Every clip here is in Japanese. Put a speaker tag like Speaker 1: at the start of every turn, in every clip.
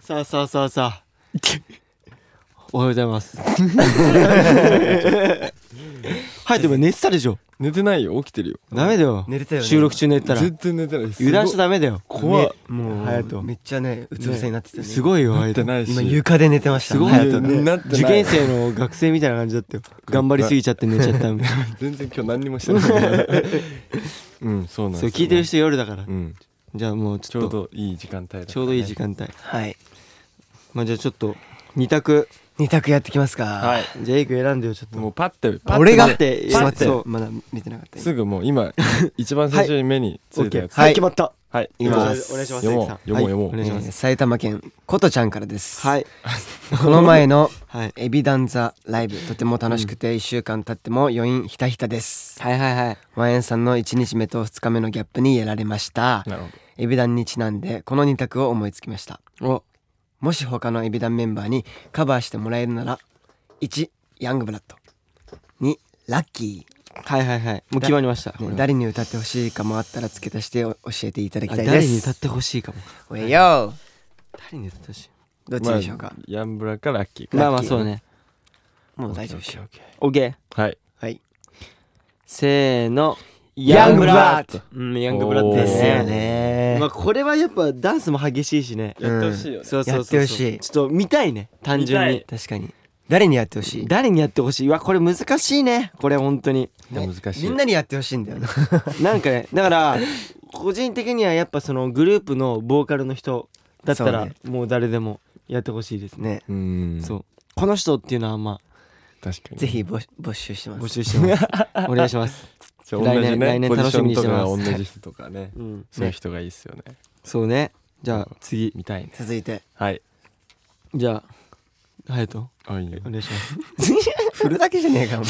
Speaker 1: さあさあさあさあ。おはようございます。はい、でも寝てたでしょ。
Speaker 2: 寝てないよ起きてるよ
Speaker 1: ダメだよ。
Speaker 3: 寝てたよね
Speaker 1: 収録中寝てたら。
Speaker 2: 全
Speaker 1: 油
Speaker 2: 然寝てないすごい
Speaker 1: 断しちゃダメだよ。
Speaker 2: 怖っ
Speaker 3: めもう
Speaker 1: 隼人
Speaker 3: めっちゃねうつ伏せになってたよね
Speaker 1: すごいよ、
Speaker 2: 寝て
Speaker 1: 相手。
Speaker 2: ないし
Speaker 3: 今床で寝てました
Speaker 1: すごい
Speaker 3: 隼
Speaker 1: よ
Speaker 3: 人
Speaker 2: ねなってない
Speaker 1: 受験生の学生みたいな感じだったよ。頑張りすぎちゃって寝ちゃったみたいな。
Speaker 2: 全然今日何にもしてない うんそうなんです
Speaker 1: そう、
Speaker 2: よ
Speaker 1: 聞いてる人夜だから
Speaker 2: う。ん
Speaker 1: じゃあもう
Speaker 2: ち
Speaker 1: ち
Speaker 2: ょ
Speaker 1: ょ
Speaker 2: う
Speaker 1: っと、
Speaker 2: どいい時間帯だ
Speaker 1: ちょうどいい時間帯。
Speaker 3: はい
Speaker 1: まあじゃあちょっと、二択。
Speaker 3: 二択やってきますかはい
Speaker 1: ジェイク選んでよ、ちょっと。
Speaker 2: もうパッて
Speaker 1: あ
Speaker 3: 俺が
Speaker 1: 待って
Speaker 3: ちょっと待って
Speaker 1: そう
Speaker 3: まだ見てなかった
Speaker 2: すぐも う今一番最初に目についたやつ
Speaker 1: は、
Speaker 3: はいい
Speaker 1: 決まった。
Speaker 2: はい
Speaker 3: 行き
Speaker 1: お願
Speaker 3: ま
Speaker 1: い
Speaker 3: す
Speaker 1: します。
Speaker 2: 読もう
Speaker 1: ジェイクさん
Speaker 2: 読もう読も
Speaker 1: は
Speaker 2: う
Speaker 1: いお願いします。
Speaker 3: 埼玉県ことちゃんからです
Speaker 1: はい。
Speaker 3: この前の
Speaker 1: はい。
Speaker 3: エビダンザライブとても楽しくて1週間経っても余韻ひたひたです
Speaker 1: はいはいはい。
Speaker 3: ワンエンさんの1日目と2日目のギャップにやられました
Speaker 2: なるほ
Speaker 3: エビダンにちなんでこの2択を思いつきました
Speaker 1: お、
Speaker 3: もし他のエビダンメンバーにカバーしてもらえるなら1ヤングブラッド2ラッキ
Speaker 1: はいはいはい。もう決まりました。
Speaker 3: ー、ね
Speaker 1: これは
Speaker 3: 誰に歌ってほしいかもあったら付け足してお教えていただき
Speaker 1: あ
Speaker 3: たいです
Speaker 1: 誰に歌ってほしいかも。
Speaker 3: おえよ
Speaker 1: 誰に歌ってほしい。
Speaker 3: どっ
Speaker 2: ど
Speaker 3: ちでしょうか、
Speaker 2: まあヤンブラかラッキーか
Speaker 1: まあまあそうね。
Speaker 3: もう大丈夫でしょう
Speaker 1: オッケー。
Speaker 2: はい
Speaker 3: はい
Speaker 1: せーの。
Speaker 3: ヤングブラッド
Speaker 1: うん、ヤングブラッドです
Speaker 3: です
Speaker 1: ね。
Speaker 3: よね
Speaker 1: まあこれはやっぱダンスも激しいしね。
Speaker 2: やってほしいよね
Speaker 1: そうそうそうそう。
Speaker 3: やってほしい
Speaker 1: ちょっと見たいね。単純
Speaker 2: 見
Speaker 1: に。
Speaker 3: 確かに誰にやってほしい
Speaker 1: 誰にやってほしい。うわ、これ難しいね。これ本当に。
Speaker 2: でも難しい
Speaker 3: みんなにやってほしいんだよな
Speaker 1: なんかね、 だから、個人的にはやっぱそのグループのボーカルの人だった
Speaker 3: そう
Speaker 1: ら
Speaker 3: ね、
Speaker 1: もう誰でもやってほしいですね。
Speaker 3: ね
Speaker 2: うん
Speaker 1: そう。この人っていうのはあんま
Speaker 2: 確かに
Speaker 3: ぜひ募募集してます
Speaker 1: 募集して ます。お願いします。
Speaker 2: じゃあ同じ
Speaker 1: 来年来年
Speaker 2: ねポジ
Speaker 1: 楽
Speaker 2: シ
Speaker 1: し
Speaker 2: ョ
Speaker 1: みに
Speaker 2: ン
Speaker 1: し
Speaker 2: と
Speaker 1: て
Speaker 2: か
Speaker 1: ます
Speaker 2: が同じ人とかね
Speaker 1: うん。
Speaker 2: そういう人がいいっすよね
Speaker 1: そうね。じゃあ次。
Speaker 2: 見たいね
Speaker 3: 続いて
Speaker 2: はい
Speaker 1: じゃあ、隼人、
Speaker 2: あいいよ
Speaker 1: お願いします。
Speaker 3: 振るだけじゃねえかも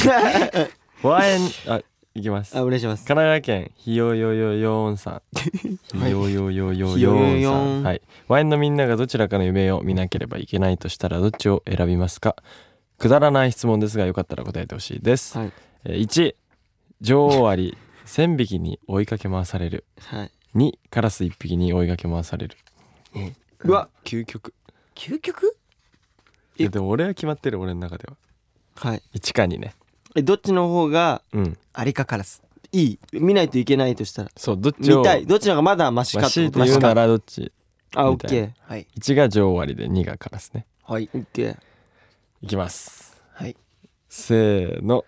Speaker 2: ワンエンあいきます
Speaker 1: あ、お願いします。
Speaker 2: 神奈川県ひよよよよーんさんひよよよよ
Speaker 1: ひよ
Speaker 2: よ
Speaker 1: よ
Speaker 2: ーん
Speaker 1: よ
Speaker 2: さ
Speaker 1: ーん
Speaker 2: んはいワインのみんながどちらかの夢を見なければいけないとしたらどっちを選びますかくだらない質問ですがよかったら答えてほしいです、
Speaker 1: はい。
Speaker 2: えー1女王アリ1000匹に追いかけ回される
Speaker 1: はい。
Speaker 2: 2カラス1匹に追いかけ回される
Speaker 1: うわ
Speaker 2: 究極
Speaker 3: 究極
Speaker 2: いやでも俺は決まってる俺の中では
Speaker 1: はい。
Speaker 2: 1か2ね
Speaker 1: え、どっちの方が
Speaker 2: うん
Speaker 3: アリかカラス
Speaker 1: いい見ないといけないとしたら。
Speaker 2: そうどっちを
Speaker 1: 見たい。どっちの方がまだマシか
Speaker 2: まあ
Speaker 1: ってこ
Speaker 2: 強い
Speaker 1: と
Speaker 2: て言うな
Speaker 1: マシ
Speaker 2: らどっち
Speaker 1: かあ、オ
Speaker 2: み
Speaker 1: ッ
Speaker 2: たい
Speaker 1: ケ
Speaker 2: な
Speaker 1: ー。
Speaker 3: はい
Speaker 2: 1が女王アリで2がカラスね
Speaker 3: はい
Speaker 1: オッケー。
Speaker 2: いきます
Speaker 3: はい
Speaker 2: せーの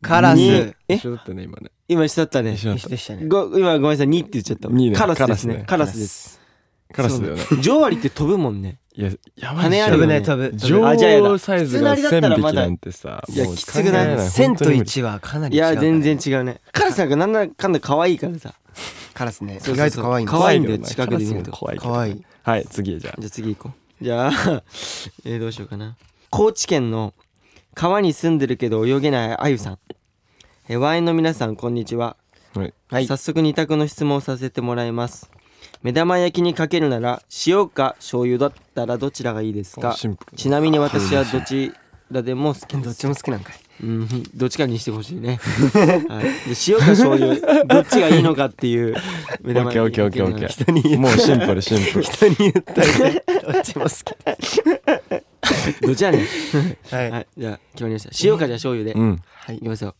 Speaker 3: カラス
Speaker 1: にえ
Speaker 2: 一緒だったね今ね
Speaker 1: 今一緒だったね。
Speaker 2: 一緒だっ
Speaker 3: 一緒でしたね
Speaker 1: ご今ごめんなさい、2って言っちゃった。
Speaker 2: 二ね
Speaker 1: カラスですね。カ
Speaker 2: カ
Speaker 1: ラスです。
Speaker 2: たカラスだよね
Speaker 1: そう。上割って飛ぶもんね。
Speaker 2: いややばい
Speaker 1: 羽あ
Speaker 3: 飛
Speaker 1: る
Speaker 3: ぶ
Speaker 1: よ
Speaker 3: ね
Speaker 1: ね。
Speaker 3: 飛ぶ飛ぶ
Speaker 1: あじゃあやだ
Speaker 2: 女王サイズが
Speaker 1: 普通のアリだった
Speaker 2: 1000
Speaker 1: らま
Speaker 2: 匹
Speaker 1: だ
Speaker 2: なんてさ
Speaker 1: いや
Speaker 2: もう
Speaker 1: きつくない
Speaker 2: 考えられ
Speaker 3: 1000と
Speaker 2: 本当に無理
Speaker 3: 1はかなり
Speaker 1: い
Speaker 3: 違うから
Speaker 1: や、
Speaker 3: ね
Speaker 1: 全然違うね。カラスなんかなんだかんだ可愛いからさ。
Speaker 3: カラス
Speaker 1: そう
Speaker 3: ね
Speaker 1: そうそう
Speaker 3: 意外と可愛いんだ
Speaker 1: 可愛いんだよ
Speaker 2: けどな
Speaker 1: 近くで見ると
Speaker 2: カラスも怖いけど
Speaker 3: 可愛い
Speaker 2: はい次じゃあ
Speaker 1: じゃあ次行こう。じゃあ、 えーどうしようかな。高知県の川に住んでるけど泳げないあゆさん。えー、ワインの皆さん、こんにちは。
Speaker 2: はい
Speaker 3: はい
Speaker 1: 早速二択の質問をさせてもらいます。目玉焼きにかけるなら塩か醤油だったらどちらがいいです
Speaker 2: お
Speaker 1: か
Speaker 2: シンプル
Speaker 1: ちなみに私はどちらでも好き
Speaker 3: ど
Speaker 1: で
Speaker 3: っ
Speaker 1: す。
Speaker 3: ちも好きなんかい
Speaker 1: うん、どっちかにしてほしい ね、はい、で塩か醤油どっちがいいのかっていう目
Speaker 2: オッケーオッケーオッケーオッケ
Speaker 1: ー
Speaker 2: ーもうシンプルシンプル
Speaker 3: 人に言ったりどっちも好き
Speaker 1: どっちやねん
Speaker 3: はい
Speaker 1: はい、じゃあ決まりました。塩かじゃあ醤油で。
Speaker 2: うん
Speaker 1: いきますよ。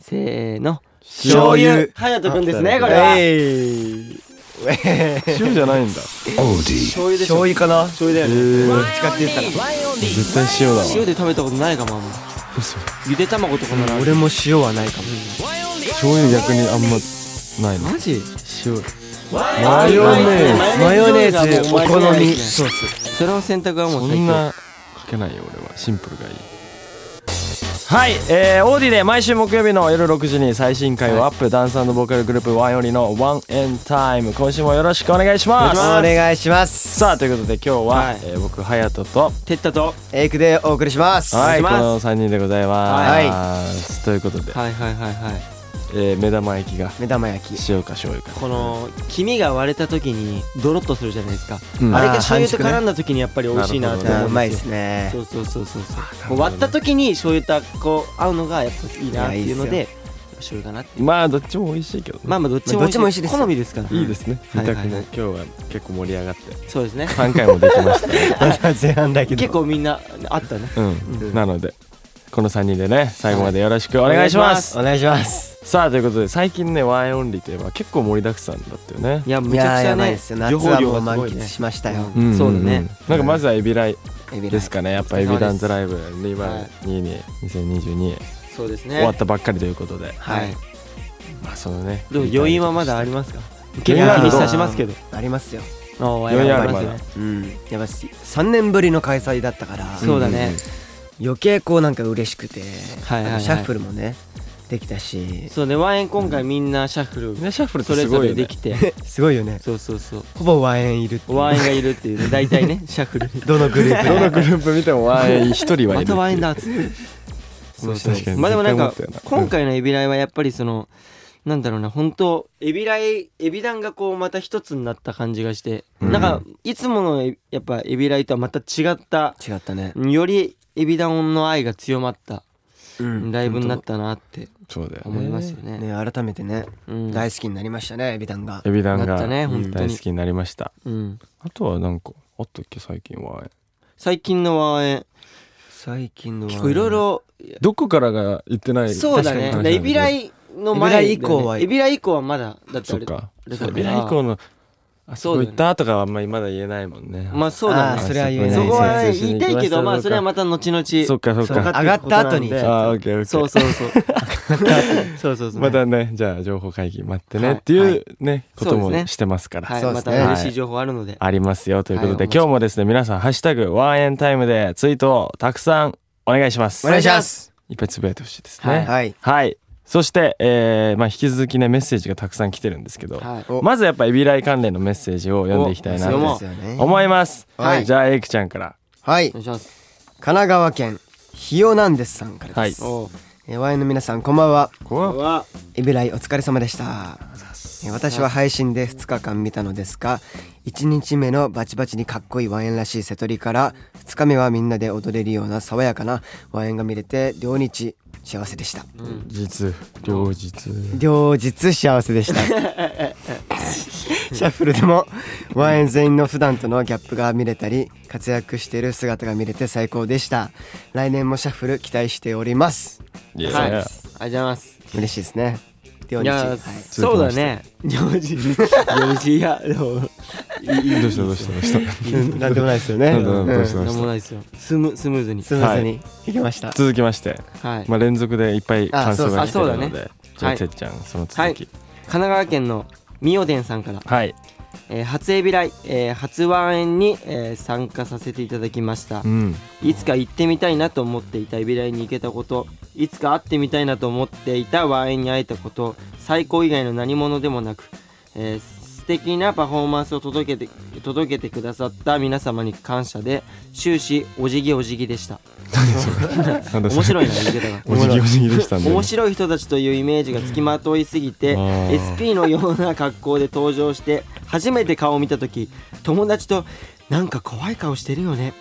Speaker 1: せーの。
Speaker 3: 醤油
Speaker 1: はやとくんですね、これは。
Speaker 3: え
Speaker 2: 塩じゃないんだ
Speaker 1: 醤油でしょ
Speaker 3: 醤。油かな
Speaker 1: 醤油だよね。
Speaker 3: どっちかって言ったら
Speaker 2: 絶対塩だわ
Speaker 1: 塩で食べたことないかも。あんま
Speaker 2: 嘘
Speaker 1: ゆで卵とかもな。
Speaker 3: 俺も塩はないかも
Speaker 2: 醤油逆にあんまないの
Speaker 1: マジ
Speaker 2: 塩マヨネーズ
Speaker 3: マヨネーズお好み
Speaker 1: そ
Speaker 3: ソース
Speaker 1: それの選択はも
Speaker 2: そ
Speaker 1: う最
Speaker 2: ん
Speaker 1: 強。
Speaker 2: なかけないよ俺はシンプルがいいはい、えー、オーディで毎週木曜日の夜6時に最新回をアップ、ダンスボーカルグループワンオリのワンエンタイム今週もよろしくお願いします
Speaker 3: お願いします
Speaker 2: さあということで今日は、
Speaker 1: はい
Speaker 2: えー僕隼人と
Speaker 1: てったと。
Speaker 3: エイクでお送りします
Speaker 2: はい
Speaker 1: し
Speaker 2: こ
Speaker 1: ます
Speaker 2: の3人でございます、ということで、
Speaker 1: はいはいはいはい。
Speaker 2: えー目玉焼きが
Speaker 3: 目玉焼き
Speaker 2: 塩か醤油か
Speaker 1: この黄身が割れた時にドロッとするじゃないですか。
Speaker 2: うん
Speaker 1: あれが
Speaker 3: あー
Speaker 1: 醤油と
Speaker 3: 半熟ね
Speaker 1: 絡んだ時にやっぱり美味しいなって
Speaker 2: なるほ
Speaker 1: 思
Speaker 2: ど
Speaker 3: う
Speaker 1: うんですよ
Speaker 3: まいですね
Speaker 1: そうそうそうそうそう。こう割った時に醤油とこう合うのがやっぱいいなっていうので、醤油かなって
Speaker 2: まあどっちも美味しいけど、ね、
Speaker 1: まあまあどっちも
Speaker 3: どっちも美味しいです
Speaker 1: 好みですから
Speaker 2: いいですね
Speaker 1: は
Speaker 2: 二
Speaker 1: いはい
Speaker 2: 択
Speaker 1: はい
Speaker 2: ね、今日は結構盛り上がって
Speaker 1: そうですね
Speaker 2: 3回もできましたね
Speaker 3: まだ前半だけど
Speaker 1: 結構みんなあったね
Speaker 2: うん、なのでこの3人でね最後までよろしくお願いします、
Speaker 3: お願いします
Speaker 2: さあということで最近ねワンエンオンリーといえば結構盛りだくさんだったよね
Speaker 1: いや
Speaker 3: い
Speaker 1: めちゃ
Speaker 3: や
Speaker 1: くち
Speaker 3: ー
Speaker 1: ゃ
Speaker 3: やばい
Speaker 1: ね
Speaker 3: ですよ
Speaker 1: 情
Speaker 3: 夏
Speaker 1: 報
Speaker 3: は
Speaker 1: 量
Speaker 3: もう
Speaker 1: がす
Speaker 3: 満
Speaker 1: ごいね
Speaker 3: 喫しましたよ、
Speaker 1: うんそうだね
Speaker 2: なんかまずはエビライ
Speaker 3: エビライ
Speaker 2: ですかねやっぱエビダンズライブ2022、2022
Speaker 1: そうですね
Speaker 2: 終わったばっかりということで、
Speaker 1: はい
Speaker 2: まあそのね
Speaker 1: でも余韻はまだありますか
Speaker 2: 余
Speaker 1: 結
Speaker 2: 韻
Speaker 1: 構
Speaker 2: ある
Speaker 1: 気にさしますけど
Speaker 3: ありますよ
Speaker 1: あ
Speaker 2: 余韻ある
Speaker 1: ま
Speaker 2: ま
Speaker 1: だ
Speaker 2: だ
Speaker 3: うんやばし3年ぶりの開催だったから
Speaker 1: そうだね
Speaker 3: 余計こうなんか嬉しくて、
Speaker 1: はいはいはい
Speaker 3: あのシャッフルもねできたし
Speaker 1: そうねワンエン今回みんなシャッフル
Speaker 2: ねシャッフルって
Speaker 1: それ
Speaker 2: す
Speaker 1: ぞ
Speaker 2: ごいよ
Speaker 1: れで
Speaker 2: ね
Speaker 1: きて
Speaker 3: すごいよね
Speaker 1: そうそうそう
Speaker 3: ほぼワンエンいるっていう
Speaker 1: ワンエンがいるっていうね大体ねシャッフル
Speaker 3: どのグループ
Speaker 2: どのグループ見てもワンエン一人はいるっていう
Speaker 1: またワインだっつってそうそう
Speaker 2: 確かに
Speaker 1: まあでもなんか
Speaker 2: 絶対思ったよな
Speaker 1: 今回のエビライはやっぱりそのなんだろうな本当エビライエビ団がこうまた一つになった感じがして、
Speaker 2: うん
Speaker 1: なんかいつものエやっぱエビライとはまた違った
Speaker 3: 違ったね、
Speaker 1: よりエビ団の愛が強まった
Speaker 3: うん
Speaker 1: ライブになったなって
Speaker 2: そうだよね
Speaker 1: 思いますよね。
Speaker 3: ね改めてね、
Speaker 1: うん、
Speaker 3: 大好きになりましたねエビダンが
Speaker 2: エビダン
Speaker 1: なっ
Speaker 2: が
Speaker 1: たね本当に
Speaker 2: 大好きになりました
Speaker 1: うん、
Speaker 2: あとはなんかあったっけ最近ワンエン
Speaker 1: 最近のワンエン
Speaker 3: 最近の
Speaker 1: 結構いろいろ
Speaker 2: どこからが行ってない
Speaker 1: そうだね
Speaker 2: 確かに
Speaker 1: エビライの前だよね
Speaker 3: エビライ以降は
Speaker 1: エビライ以降はまだだって
Speaker 2: そ
Speaker 1: あ
Speaker 2: っ
Speaker 1: れ
Speaker 2: か
Speaker 1: だから
Speaker 2: エビライ以降のあ
Speaker 1: そう
Speaker 2: そこ
Speaker 1: だよ
Speaker 2: 行
Speaker 1: ね
Speaker 2: ったとかはあんまりまだ言えないもんね
Speaker 1: まあそうだ
Speaker 3: あ
Speaker 1: ね
Speaker 3: ーそれは言えない
Speaker 1: そこはね
Speaker 2: 先生
Speaker 1: 言いたいけどまあそれはまた後々
Speaker 2: そっかそっ
Speaker 1: そう
Speaker 2: か
Speaker 1: か
Speaker 3: 上がった後に
Speaker 1: そう
Speaker 2: ああオッケーオッケー
Speaker 1: そうそうそうそうそうそう
Speaker 2: またねじゃあ情報会議待ってね
Speaker 1: はい
Speaker 2: って
Speaker 1: は
Speaker 2: いう
Speaker 1: い
Speaker 2: ねこと
Speaker 1: そうです
Speaker 2: も
Speaker 1: ね
Speaker 2: してますから
Speaker 1: はい
Speaker 3: そうで
Speaker 1: ますた
Speaker 3: ね
Speaker 1: 嬉しい情報あるので
Speaker 2: ありますよということ
Speaker 1: は
Speaker 2: で
Speaker 1: い
Speaker 2: 今日もですね皆さんハッシュタグワンエンタイムでツイートをたくさんお願いします
Speaker 3: お願いします
Speaker 2: いっぱいつぶやいてほしいです
Speaker 1: は
Speaker 2: ね
Speaker 1: い
Speaker 3: はい
Speaker 2: はいそしてえーまあ引き続きねメッセージがたくさん来てるんですけど
Speaker 1: はい
Speaker 3: お
Speaker 2: まずやっぱエビライ関連のメッセージを読んでいきたいな
Speaker 1: お
Speaker 2: と
Speaker 1: も
Speaker 3: そうですよね
Speaker 2: 思います
Speaker 3: はい
Speaker 2: じゃあエイクちゃんから
Speaker 3: はい
Speaker 1: お願いします
Speaker 3: 神奈川県ひよなんですさんからです、
Speaker 2: はい
Speaker 1: おう
Speaker 3: えーワインの皆さんこんばんは
Speaker 2: ここは
Speaker 1: わ
Speaker 3: エビライお疲れ様でしたえー私は配信で2日間見たのですが1日目のバチバチにかっこいいワインらしい瀬戸りから2日目はみんなで踊れるような爽やかなワインが見れて両日幸せでした
Speaker 2: 実両日
Speaker 3: 両日幸せでした シャッフルでもワイン全員の普段とのギャップが見れたり活躍している姿が見れて最高でした来年もシャッフル期待しております
Speaker 2: い
Speaker 1: はいあり
Speaker 2: や
Speaker 1: がとうございます
Speaker 3: 嬉しいですね両
Speaker 1: い
Speaker 3: 日、
Speaker 1: や
Speaker 3: はい
Speaker 1: そうだね上司上司いやでも
Speaker 2: どうしたどうしたどうした
Speaker 3: うんなんでもないですよね
Speaker 2: なんでもない
Speaker 3: うん
Speaker 2: どうした
Speaker 1: なんもないですよスムスムーズに
Speaker 3: スムーズにいきました、
Speaker 2: 続きまして、
Speaker 1: はい
Speaker 2: まあ、連続でいっぱい感想が来てる
Speaker 1: あそうです
Speaker 2: の
Speaker 1: あそうだ
Speaker 2: で、
Speaker 1: ね
Speaker 2: じゃあ、
Speaker 1: はい
Speaker 2: てっちゃんその続
Speaker 1: はい
Speaker 2: き
Speaker 1: 神奈川県のみおでんさんから
Speaker 2: はい、
Speaker 1: えー初エビライえー初ワンエンにえー参加させていただきました
Speaker 2: うん
Speaker 1: いつか行ってみたいなと思っていたエビライに行けたこといつか会ってみたいなと思っていたワインに会えたこと最高以外の何者でもなく、えー素敵なパフォーマンスを届けて届けてくださった皆様に感謝で終始お辞儀お辞儀でした
Speaker 2: 面
Speaker 1: 面白い
Speaker 2: ね
Speaker 1: な言い方が
Speaker 2: おじぎおじぎでしたね
Speaker 1: 面白い人たちというイメージがつきまといすぎて
Speaker 2: あー
Speaker 1: SP のような格好で登場して初めて顔を見た時友達と「なんか怖い顔してるよね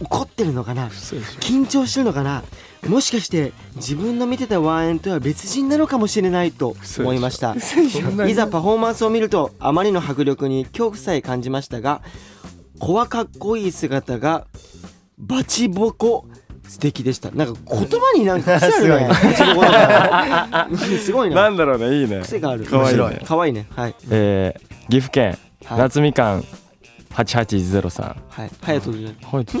Speaker 1: 怒ってるのかな
Speaker 2: そうでしょ
Speaker 1: 緊張してるのかなもしかして自分の見てたワンエンとは別人なのかもしれないと思いましたいざパフォーマンスを見るとあまりの迫力に恐怖さえ感じましたが怖かっこいい姿がバチボコ素敵でしたなんか言葉になんか癖あるねバチボコだからすごい
Speaker 2: な
Speaker 1: な。
Speaker 2: んだろうねいいね
Speaker 1: 癖がある。
Speaker 2: かわいいね
Speaker 1: 可愛いね。はい。
Speaker 2: えー、岐阜県、
Speaker 1: はい
Speaker 2: 夏みかん8803は
Speaker 1: はい。隼人じゃない
Speaker 2: いど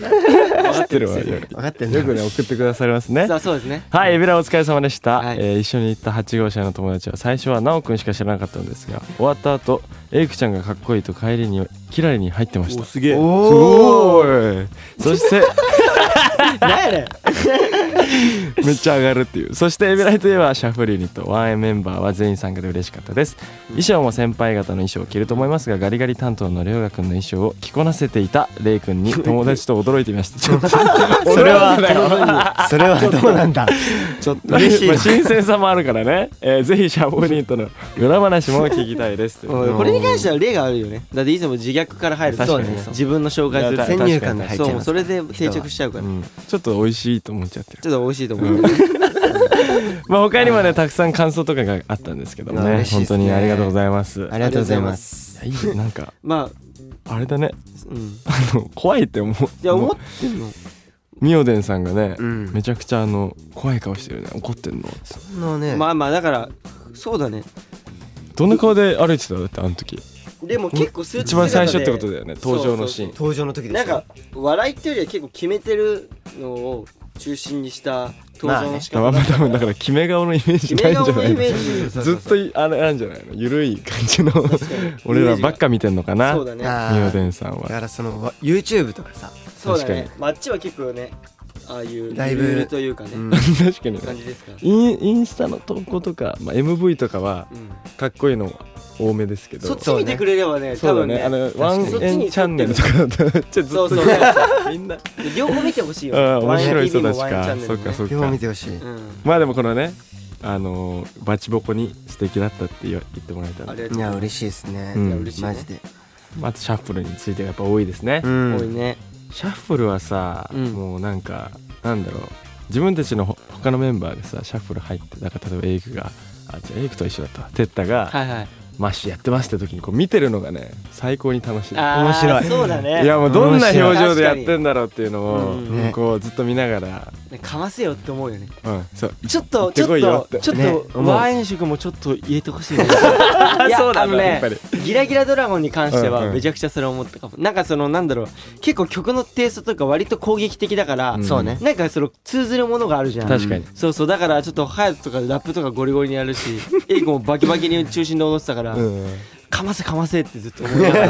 Speaker 2: う
Speaker 1: 人
Speaker 2: なんだよこれ知ってるわよ よ
Speaker 3: 分かってんだ
Speaker 2: くね送ってくださりますね
Speaker 1: 生。さ あそうですね。
Speaker 2: はい、エビラお疲れ様でした、
Speaker 1: はい
Speaker 2: えー一緒に行った8号車の友達は最初は奈くんしか知らなかったんですが終わった後エイクちゃんがかっこいいと帰りにキラリに入ってました
Speaker 1: すげ。
Speaker 2: おーいそして
Speaker 1: 何やねん。
Speaker 2: めっちゃ上がるっていうそしてエビライといえばシャッフルユニットワンエンメンバーは全員参加で嬉しかったです衣装も先輩方の衣装を着ると思いますがガリガリ担当のレオガ君の衣装を着こなせていたレイ君 に友達と驚いていましたちょっと
Speaker 3: それはそれはどうなんだ
Speaker 1: ちょっと
Speaker 2: 嬉
Speaker 1: 嬉
Speaker 2: し
Speaker 1: し
Speaker 2: い、
Speaker 1: い
Speaker 2: まあ
Speaker 1: な。
Speaker 2: 新鮮さもあるからね、えーぜひシャボニーとの裏話も聞きたいですという
Speaker 1: おいこれに関しては例があるよねだっていつも自虐から入る
Speaker 2: 確
Speaker 3: かにね
Speaker 1: 自分の紹介する
Speaker 2: いや
Speaker 3: 先入観が入っち
Speaker 1: そ
Speaker 3: ゃ
Speaker 1: う
Speaker 3: い
Speaker 1: もう
Speaker 3: ます
Speaker 1: それで定着しちゃうから、
Speaker 2: うんちょっと美味しいと思っちゃってる
Speaker 1: ちょっと美味しいと思う、
Speaker 2: まあ他にもねたくさん感想とかがあったんですけども
Speaker 3: まあ
Speaker 2: ね
Speaker 3: 嬉しい
Speaker 2: 本
Speaker 3: っす
Speaker 2: 当
Speaker 3: ね
Speaker 2: にありがとうございます
Speaker 3: ありがとうございます。
Speaker 2: いやいいなんか
Speaker 1: まあ
Speaker 2: あれだね
Speaker 1: うんい
Speaker 2: あの怖いって思う
Speaker 1: や思ってんの
Speaker 2: ミオデンさんがね、
Speaker 3: うん
Speaker 2: めちゃくちゃあの怖い顔してるね怒ってんのって
Speaker 3: そんなね、
Speaker 1: まあまあだからそうだね
Speaker 2: どんな顔で歩いてただってあの時
Speaker 1: でも結構スーツ
Speaker 2: 一番最初ってこと
Speaker 1: で
Speaker 2: だよね登場のシーン
Speaker 3: 登場の時でし
Speaker 1: な
Speaker 3: ょ
Speaker 1: んか笑いっていうよりは結構決めてるのを中心にした登場の仕
Speaker 2: あ
Speaker 1: 方
Speaker 2: ん
Speaker 1: だっ
Speaker 2: ま
Speaker 1: た
Speaker 2: 多分だから決め顔のイメージ
Speaker 1: 決
Speaker 2: ない
Speaker 1: め
Speaker 2: んじゃ
Speaker 1: 顔の
Speaker 2: な
Speaker 1: イ
Speaker 2: い
Speaker 1: メ
Speaker 2: の
Speaker 1: ージ
Speaker 2: ずっといあれなんじゃないのゆるい感じの俺らばっか見てんのかな
Speaker 1: そうだね
Speaker 3: あー
Speaker 2: ミオデンさん
Speaker 3: だ
Speaker 2: は
Speaker 3: からそのわ YouTube とかさ、
Speaker 1: そうだ
Speaker 2: 確
Speaker 1: ねマッチは結構ねああいう
Speaker 3: だ
Speaker 1: ル
Speaker 3: いぶ
Speaker 1: ールというかね、
Speaker 3: うん
Speaker 2: 確かにね
Speaker 1: 感じですから
Speaker 2: インインスタの投稿とか、まあ、MV とかは
Speaker 1: うん
Speaker 2: かっこいいの多めですけど
Speaker 1: そっち見てくれればね
Speaker 2: そ
Speaker 1: 多
Speaker 2: うだ
Speaker 1: 分
Speaker 2: ね
Speaker 1: ね
Speaker 2: あのワン
Speaker 1: そっ
Speaker 2: エ
Speaker 1: ち
Speaker 2: ン
Speaker 1: に
Speaker 2: チャンネルとかだったらめっちゃずっ
Speaker 1: そ
Speaker 2: と
Speaker 1: うそう
Speaker 2: みんな
Speaker 1: 両方見てほしいよ、
Speaker 2: あー面白い人たち
Speaker 1: ワンエン TV もワンエ
Speaker 2: か、
Speaker 1: ンチャンネ
Speaker 2: そ
Speaker 1: ル
Speaker 2: っ
Speaker 1: も
Speaker 2: か
Speaker 1: ね
Speaker 2: そっ
Speaker 3: 両方
Speaker 2: か
Speaker 3: 見てほしい。
Speaker 1: うん
Speaker 2: まあでもこのねあのーバチボコに素敵だったって言わ言ってもらえた
Speaker 1: あ
Speaker 2: ら
Speaker 1: れ
Speaker 3: いや嬉しいですね。
Speaker 2: うんいや
Speaker 1: 嬉しいね
Speaker 3: マジで。
Speaker 2: まずシャッフルについてがやっぱ多いですね、
Speaker 3: うん
Speaker 1: 多いね
Speaker 2: シャッフルはさ、
Speaker 1: うん
Speaker 2: もうなんかなんだろう自分たちのほ他のメンバーでさシャッフル入ってだから例えばエイクがあじゃあエイクと一緒だったわテッタが、
Speaker 1: はいはい
Speaker 2: マッシュやってますって時にこう見てるのがね最高に楽しい
Speaker 1: あー
Speaker 2: 面白い
Speaker 1: そうだね
Speaker 2: いやもうどんな表
Speaker 1: 面白
Speaker 2: 情
Speaker 1: い
Speaker 2: でやってんだろうっていうのを、
Speaker 1: 確か
Speaker 3: にうん
Speaker 2: こうずっと見ながら、
Speaker 1: かませよって思うよね
Speaker 2: うん、そう
Speaker 1: ちょっと
Speaker 2: 行
Speaker 1: ち
Speaker 2: ってこい
Speaker 1: ょ
Speaker 2: よっ
Speaker 1: ってとちょっ
Speaker 3: ね
Speaker 1: と、
Speaker 3: 思う
Speaker 1: ワンエン色もちょっと入れてほ しいねいや
Speaker 2: そうだな
Speaker 1: あの
Speaker 2: や
Speaker 1: ね
Speaker 2: っぱり
Speaker 1: ギラギラドラゴンに関して
Speaker 2: うんう
Speaker 1: は
Speaker 2: ん
Speaker 1: めちゃくちゃそれ思ったかも、なんかそのなんだろう結構曲のテイストとか割と攻撃的だから、
Speaker 2: うん
Speaker 3: そうね
Speaker 1: なんかその通ずるものがあるじゃん
Speaker 2: 確かに、
Speaker 1: そうそうだからちょっとハヤトとかラップとかゴリゴリにやる しエイコもバキバキに中心で踊ってたから、
Speaker 2: うん
Speaker 1: かませかませってずっと思いなが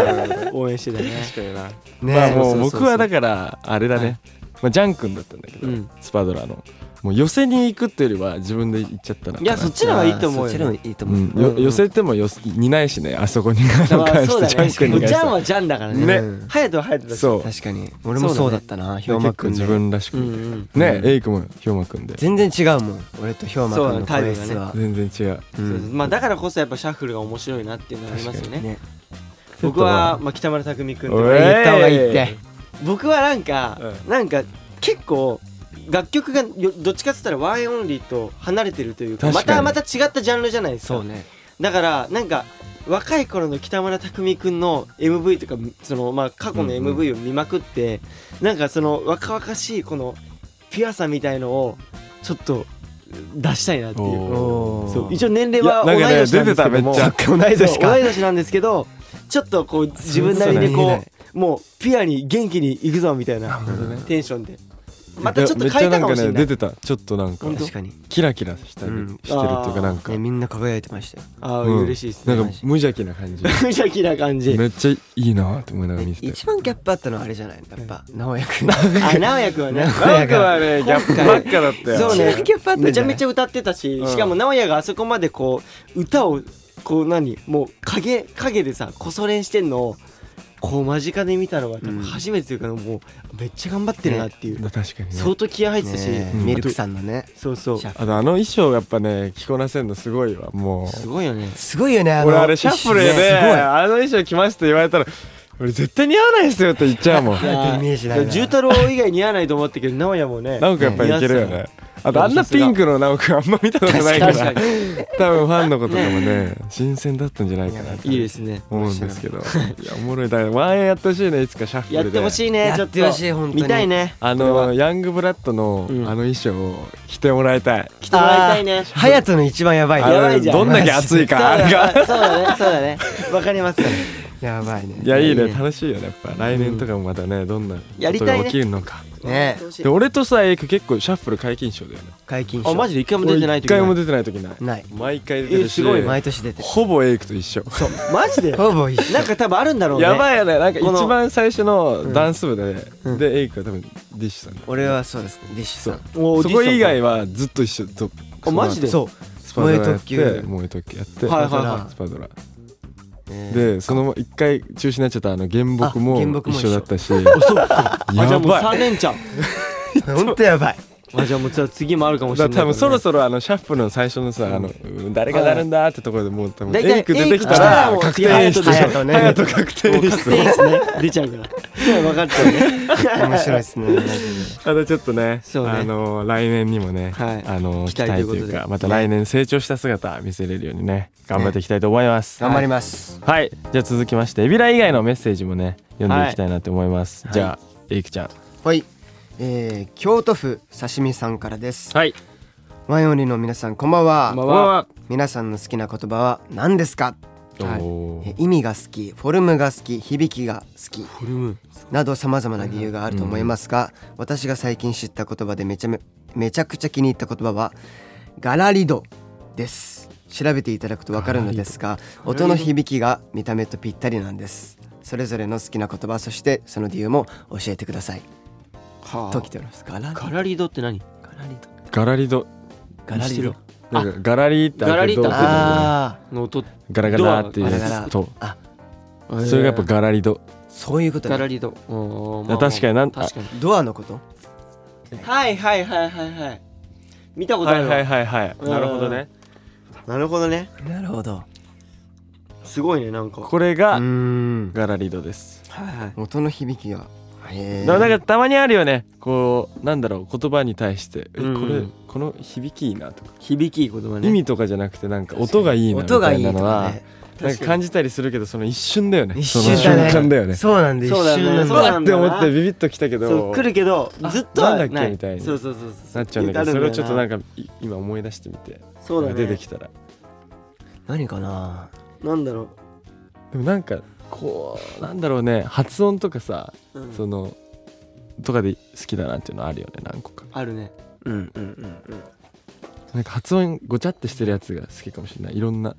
Speaker 1: ら応援してたね
Speaker 2: 確かにな、
Speaker 3: ね
Speaker 2: まあもう
Speaker 1: そうそうそうそう
Speaker 2: 僕はだからあれだね、
Speaker 1: はい
Speaker 2: まあ、ジャン君だったんだけど、
Speaker 1: うん
Speaker 2: スパドラのもう寄せに行くっていうよりは自分で行っちゃったない
Speaker 1: やそっちの方がいいと思うよ
Speaker 3: そっちの方がいいと
Speaker 2: う
Speaker 3: 思
Speaker 2: ん
Speaker 3: う。
Speaker 2: よ
Speaker 1: うんうん
Speaker 2: 寄せても寄せ似ないしねあそこにあの
Speaker 1: まあ
Speaker 2: 関
Speaker 1: そ
Speaker 2: し
Speaker 1: うだ
Speaker 2: てジ
Speaker 1: ね
Speaker 2: ャン君に関
Speaker 1: ジ
Speaker 2: して
Speaker 1: ャン
Speaker 2: は
Speaker 1: はジャンだからね
Speaker 2: ね
Speaker 3: うん
Speaker 1: ハヤトはハヤトだし
Speaker 2: そう
Speaker 3: 確かに。俺もそうだったな。ひょうま
Speaker 2: 結
Speaker 3: く
Speaker 2: 構
Speaker 3: んね
Speaker 2: 自分らしく、
Speaker 1: うんうん
Speaker 2: ねエイクもひょうまくんで
Speaker 3: 全然違うもん。俺とひょうまくんの
Speaker 1: そうだね
Speaker 3: 声質は。
Speaker 2: 全然違う
Speaker 3: う
Speaker 1: そうそうんまあだからこそやっぱシャッフルが面白いなっていうのはありますよね
Speaker 3: ね。
Speaker 1: 僕は、まあ、北村匠海君と
Speaker 2: お
Speaker 1: か
Speaker 2: い
Speaker 3: 言った方がいいって。
Speaker 1: 僕はなんか、
Speaker 2: う
Speaker 1: なんか結構楽曲がよどっちかっつったらワンエンオンリーと離れてるというか
Speaker 2: 確かに
Speaker 1: またまた違ったジャンルじゃないですか
Speaker 3: そうね。
Speaker 1: だからなんか若い頃の北村匠海君の MV とかその、まあ、過去の
Speaker 2: うんうん
Speaker 1: MV を見まくって、なんかその若々しいこのピュアさみたいのをちょっと出したいなっていう
Speaker 2: おー
Speaker 1: そう
Speaker 3: 応
Speaker 1: 一応年齢
Speaker 2: いや
Speaker 1: は同
Speaker 2: ないんか
Speaker 1: 年
Speaker 2: ね
Speaker 1: なん
Speaker 2: 出
Speaker 1: で
Speaker 2: て
Speaker 1: す
Speaker 2: た
Speaker 1: けど
Speaker 2: めっ
Speaker 1: も
Speaker 2: ちゃ
Speaker 3: 同い
Speaker 1: そう
Speaker 3: 年か
Speaker 1: 同い。年なんですけどちょっとこう自分なりに
Speaker 3: そう
Speaker 1: こ
Speaker 3: だね
Speaker 1: うもうピュアに元気にいくぞみたいなテンションでまたちょっと変えたかもしれな
Speaker 2: めっちゃんかね出
Speaker 1: い
Speaker 2: てたちょっとなんか
Speaker 1: 本当
Speaker 3: 確かに。
Speaker 2: キラキラしたり
Speaker 3: う
Speaker 2: し
Speaker 3: ん
Speaker 2: てるっていうかなんか、
Speaker 3: ねみんな輝いてましたよ。
Speaker 1: ああ
Speaker 2: うん
Speaker 1: 嬉しいですね
Speaker 2: な
Speaker 1: 無
Speaker 2: んか無邪気な 感じ
Speaker 1: 邪気な感じ
Speaker 2: めっちゃいいなって思いながら見てて
Speaker 3: 一番ギャップあったのはあれじゃないやっぱ直哉くん
Speaker 1: あ直哉君はね
Speaker 2: なんかはねギャップばっかだったよ
Speaker 1: そうね
Speaker 3: 一番ギャップあったんじ
Speaker 1: めち
Speaker 3: ゃない
Speaker 1: ゃめちゃ歌ってたし
Speaker 2: うん
Speaker 1: しかも直哉があそこまでこう歌をこう何もう影影でさこそ練してんのをこう間近で見たのが多分初めてというかもうめっちゃ頑張ってるなっていう
Speaker 2: 確かにね
Speaker 1: 相当気合入ってたし
Speaker 3: ね
Speaker 2: うん
Speaker 3: ミルクさんのね
Speaker 1: そうそう
Speaker 3: シャッフ
Speaker 2: あとあの衣装がやっぱね着こなせんのすごいわも
Speaker 1: すごいよね
Speaker 3: ルすごいよねあ
Speaker 2: う
Speaker 3: の
Speaker 2: 俺あれシャッフルです
Speaker 3: ごい
Speaker 2: ねあの衣装着ますって言われたら俺絶対似合わないですよって言っちゃうも ん
Speaker 1: いや
Speaker 3: なんかイメージないな
Speaker 1: ジュー太郎以外似合わないと思ったけど直哉もね
Speaker 2: 直くんやっぱいけるよねあとあんなピンクの直くんあんま見たことないから
Speaker 1: 確かに
Speaker 2: 多分ファンの子とか もね新鮮だったんじゃないかなって
Speaker 1: いいですね
Speaker 2: 思うんですけどいやおもろいだからワンエンやってほしいねいつかシャッフルで
Speaker 1: やってほしいね
Speaker 3: や
Speaker 1: ちょ
Speaker 3: っ
Speaker 1: って
Speaker 3: ほしい
Speaker 1: と
Speaker 3: 本当に
Speaker 1: 見たいね
Speaker 2: あのヤングブラッドのあ
Speaker 1: うん
Speaker 2: の衣装を着てもらいたい
Speaker 1: 来てもらいたいね
Speaker 3: 隼人の一番やばい
Speaker 2: あ
Speaker 3: ね
Speaker 1: やばいじゃん
Speaker 2: のどんだけ暑い
Speaker 1: そう
Speaker 2: かあれ
Speaker 1: だ
Speaker 2: が
Speaker 1: ねそうだねそうだねわかりますよ
Speaker 3: やばいね
Speaker 2: いやいい
Speaker 1: いい
Speaker 2: ね
Speaker 1: ね
Speaker 2: 楽しいよねやっぱ来年とかもまたねどんなこ
Speaker 1: やり
Speaker 2: と
Speaker 1: たい
Speaker 2: が
Speaker 1: ね
Speaker 2: 起きるのか
Speaker 3: ね
Speaker 2: で俺とさエイク結構シャッフル解禁賞だよね
Speaker 3: 解禁
Speaker 1: あマジで一回も出てない
Speaker 2: 俺一
Speaker 1: 時
Speaker 2: 回
Speaker 1: な
Speaker 2: も
Speaker 1: い
Speaker 2: 出てない時ない
Speaker 3: ない
Speaker 2: 毎回出てる
Speaker 1: え
Speaker 2: し
Speaker 1: すごいね
Speaker 3: 毎年出てる
Speaker 2: ほぼエイクと一緒
Speaker 1: マ ジ で
Speaker 3: ほぼ一緒
Speaker 1: なんか多分あるんだろうね
Speaker 2: やばいよねなんか
Speaker 1: この
Speaker 2: 一番最初のダンス部ででエイクは多分ディッシュさんだ
Speaker 3: 俺はそうですねディッシュさん
Speaker 1: お
Speaker 2: そこ以外はずっと一緒と
Speaker 1: あマジで
Speaker 3: そう
Speaker 2: スパドラやっ
Speaker 3: 燃え特
Speaker 2: て
Speaker 3: 急
Speaker 2: 燃え特急やって
Speaker 1: はいはい
Speaker 3: はい
Speaker 2: スパドラ
Speaker 3: ね
Speaker 2: でその一回中止になっちゃったあの原木
Speaker 3: あ
Speaker 2: も
Speaker 3: 原木も
Speaker 2: 一
Speaker 3: 一緒
Speaker 2: 緒だったし
Speaker 1: あじゃ
Speaker 2: や
Speaker 1: あもう
Speaker 2: ばい
Speaker 1: 3連チャン
Speaker 3: ほんとやばい
Speaker 1: あじゃあもうさ次もあるかもしれ
Speaker 2: だ
Speaker 1: な
Speaker 2: か
Speaker 1: い
Speaker 2: ら多分そろそろあのシャッフルの最初のさ、あのうん誰がなるんだってところでもう多分
Speaker 1: 大体
Speaker 2: エイク出てきたら
Speaker 1: エイク
Speaker 2: 確
Speaker 1: 来たら
Speaker 2: 定演出
Speaker 1: もう次
Speaker 2: でしょ
Speaker 3: 隼人ね
Speaker 2: 隼人確定演
Speaker 1: 確定
Speaker 2: 出
Speaker 1: ですね出ちゃうから分かっちゃうね
Speaker 3: 面白いですね。マジで
Speaker 2: あとちょっとね
Speaker 1: そうね
Speaker 2: あの来年にもね、
Speaker 1: はい
Speaker 2: あの
Speaker 1: 期
Speaker 2: 期
Speaker 1: 待とい
Speaker 2: 待
Speaker 1: うこととで
Speaker 2: いうかまた来年成長した姿見せれるようにね頑張っていきたいと思います、
Speaker 3: 頑張ります。
Speaker 2: はいじゃあ続きましてエビラ以外のメッセージもね読んでいきたいなと思います、
Speaker 1: はい
Speaker 2: じゃあエイクちゃん
Speaker 3: はい。えー、京都府刺身さんからです。
Speaker 2: はい
Speaker 3: ワインオンリーの皆さんこんばんは。
Speaker 1: こんばん
Speaker 2: は
Speaker 3: 皆さんの好きな言葉は何ですか？
Speaker 1: はい
Speaker 2: おー
Speaker 3: え意味が好き、フォルムが好き、響きが好き
Speaker 1: フォルム
Speaker 3: など様々な理由があると思いますが、私が最近知った言葉でめちゃめめちゃくちゃ気に入った言葉はガラリドです。調べていただくとわかるのですが、音の響きが見た目とぴったりなんです。それぞれの好きな言葉、そしてその理由も教えてください。
Speaker 1: は
Speaker 3: と来ております。ガラリド
Speaker 1: ガラリドって何
Speaker 3: ガラリド。
Speaker 2: ガラリド
Speaker 3: ガラリド。
Speaker 1: あ
Speaker 2: なんかガラリって開
Speaker 1: ガラ
Speaker 2: け
Speaker 1: リ
Speaker 2: る
Speaker 1: って
Speaker 2: と
Speaker 1: 開ける
Speaker 3: あ
Speaker 1: の音
Speaker 2: ガラガラっていう
Speaker 3: ガラガ
Speaker 2: や
Speaker 3: ラ
Speaker 2: つと
Speaker 3: あ。あ。
Speaker 2: それがやっぱガラリド
Speaker 3: そういうこと
Speaker 1: ガ
Speaker 3: ね
Speaker 1: ラリドおー
Speaker 2: いや確かになん
Speaker 1: 確かに
Speaker 3: ドアのこと
Speaker 1: はいはいはいはいはい見たこと
Speaker 2: は
Speaker 1: あ
Speaker 2: い
Speaker 1: るわ
Speaker 2: はいはいはい
Speaker 1: うん
Speaker 2: なるほどね
Speaker 1: なるほどね
Speaker 3: なるほど。
Speaker 1: すごいねなんか
Speaker 2: これ
Speaker 3: うー
Speaker 2: が
Speaker 3: ん。
Speaker 2: ガラリドです
Speaker 1: はいはい
Speaker 3: 音の響きが。へー
Speaker 2: だからなんかたまにあるよねこうなんだろう言葉に対してえこ
Speaker 1: うんう
Speaker 2: れ
Speaker 1: ん
Speaker 2: この響きいいなとか
Speaker 1: 響きいい言葉ね
Speaker 2: 意味とかじゃなくてなんか音がいいなみ
Speaker 3: 音
Speaker 2: た
Speaker 3: が
Speaker 2: い
Speaker 3: いい
Speaker 2: な
Speaker 3: と
Speaker 2: の
Speaker 3: か
Speaker 2: は
Speaker 3: ね。
Speaker 2: なんか感じたりするけどその一瞬だよね
Speaker 3: 一瞬だね。
Speaker 2: その瞬間だよね
Speaker 3: そうなんで一
Speaker 1: そうだよね
Speaker 3: 瞬なん
Speaker 1: そう
Speaker 3: だ。
Speaker 2: わって思ってビビッときたけ
Speaker 1: そう
Speaker 2: ど
Speaker 1: 来るけどずっとは
Speaker 2: なんだっけみたいな
Speaker 1: そうそうそうそう
Speaker 2: なっちゃうんだけどそれをちょっとなん
Speaker 1: か
Speaker 2: かい今思い出してみて
Speaker 1: そうだね
Speaker 2: 出てきたら
Speaker 3: 何かな。
Speaker 1: なんだろ
Speaker 2: でもなんかこうなんだろうね発音とかさ
Speaker 1: う、うん
Speaker 2: そのとかで好きだなっていうのあるよね何個か
Speaker 1: あるね
Speaker 3: うんうんうんうん。
Speaker 2: なんか発音ごちゃってしてるやつが好きかもしれないいろんな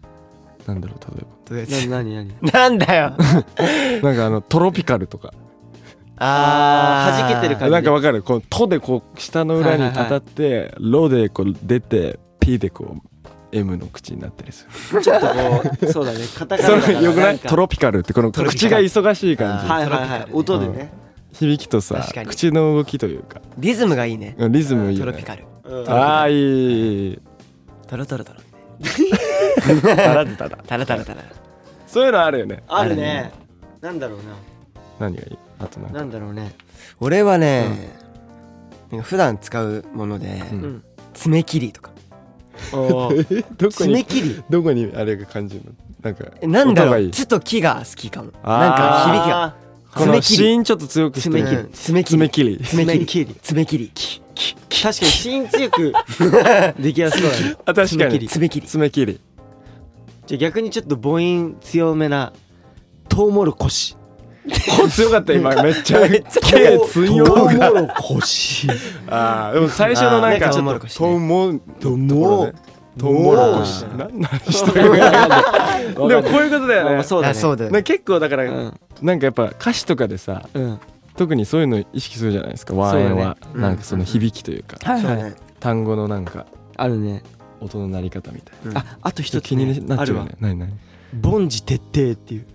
Speaker 2: なんだろう例
Speaker 3: どうや
Speaker 1: な
Speaker 3: つ
Speaker 1: なになに
Speaker 3: なんだよ。
Speaker 2: えばなんかあのトロピカルとか
Speaker 3: あー
Speaker 1: 弾けてる感じ
Speaker 2: なんかわかるこう「と」でこう下の裏に当たって「ロ」でこう出て「P」でこう「M」の口になったりす る
Speaker 1: ちょっとこうそうだね片
Speaker 2: そ
Speaker 1: 方
Speaker 2: れよくない
Speaker 1: ロ
Speaker 2: トロピカルってこの
Speaker 3: トロピカ
Speaker 2: 口
Speaker 3: ル
Speaker 2: が忙しい感じ
Speaker 1: はいはいはい
Speaker 3: トロピ
Speaker 1: 音
Speaker 2: カルね
Speaker 1: でね
Speaker 2: 響きとさ
Speaker 3: 確かに
Speaker 2: 口の動きというか
Speaker 3: リズムがいいね。
Speaker 2: リズムいい
Speaker 3: ト
Speaker 2: よ
Speaker 3: ロピ
Speaker 2: ね
Speaker 3: カル。
Speaker 1: うん
Speaker 2: ああいいいいいい
Speaker 3: トロトロトロ。
Speaker 2: タラッタラ
Speaker 3: タラタラタラ。
Speaker 2: そういうのあるよね
Speaker 1: あるねなんだろうな
Speaker 2: 何がいいあとなんか
Speaker 1: なんだろうね
Speaker 3: 俺はね、なんか普段使うもので、
Speaker 2: うん
Speaker 1: うん
Speaker 3: 爪切りとか。
Speaker 1: おー
Speaker 2: どこ
Speaker 1: 爪
Speaker 2: に
Speaker 1: 切り
Speaker 2: どこにあれが感じるのなんか
Speaker 3: えなんだ
Speaker 2: 音が
Speaker 3: ろ。
Speaker 2: いうい
Speaker 3: 木と木が好きかも。なん
Speaker 2: あー
Speaker 3: か響きが。
Speaker 1: あ
Speaker 2: この
Speaker 3: 爪切り
Speaker 2: シーンちょっと強くして
Speaker 3: 爪切り。爪切
Speaker 2: 爪
Speaker 3: り。
Speaker 2: 切り
Speaker 1: ー爪切り
Speaker 3: 爪切り。
Speaker 1: 確かに芯強く できやすそうだね
Speaker 2: あ確
Speaker 1: 爪
Speaker 2: か
Speaker 1: 切
Speaker 2: に
Speaker 1: り
Speaker 3: 爪切り。
Speaker 2: 爪切り
Speaker 1: じゃあ逆にちょっと母音強めなトウモロコシ
Speaker 2: お強かった今めっちゃ
Speaker 3: めっちゃ
Speaker 2: 毛強
Speaker 1: トウモ
Speaker 2: い
Speaker 1: ロコ シ
Speaker 2: あーでも最初のなん
Speaker 3: あ
Speaker 2: か
Speaker 3: ー
Speaker 2: ち
Speaker 3: ト
Speaker 2: ょ
Speaker 3: ウモロ
Speaker 2: っ
Speaker 3: コシ
Speaker 2: とトウモトウ
Speaker 1: モ
Speaker 2: トウモロコシ
Speaker 1: モ
Speaker 2: なんなん人がでもこういうことだよ
Speaker 1: ま
Speaker 2: ね
Speaker 1: あそうだ
Speaker 3: あ
Speaker 1: ね
Speaker 3: そうだよね
Speaker 2: ね結構だから、
Speaker 1: うん
Speaker 2: なんかやっぱ歌詞とかでさ
Speaker 1: うん
Speaker 2: 特にそういうの意識するじゃないですか和
Speaker 1: そうだ
Speaker 2: 音
Speaker 1: ね
Speaker 2: は、
Speaker 3: うん
Speaker 2: なんかその響きというか、
Speaker 1: はい
Speaker 3: そう
Speaker 1: はい
Speaker 3: ね
Speaker 2: 単語のなんか
Speaker 1: あるね
Speaker 2: 音の鳴り方みたいな、
Speaker 3: うん
Speaker 1: ああと
Speaker 2: ち
Speaker 1: 一
Speaker 2: ょっと
Speaker 1: つ
Speaker 2: 気に
Speaker 1: ね
Speaker 2: な
Speaker 1: あ
Speaker 2: っち
Speaker 1: る
Speaker 2: ゃうよ
Speaker 1: わ
Speaker 2: ね何何
Speaker 1: 凡事徹底っていう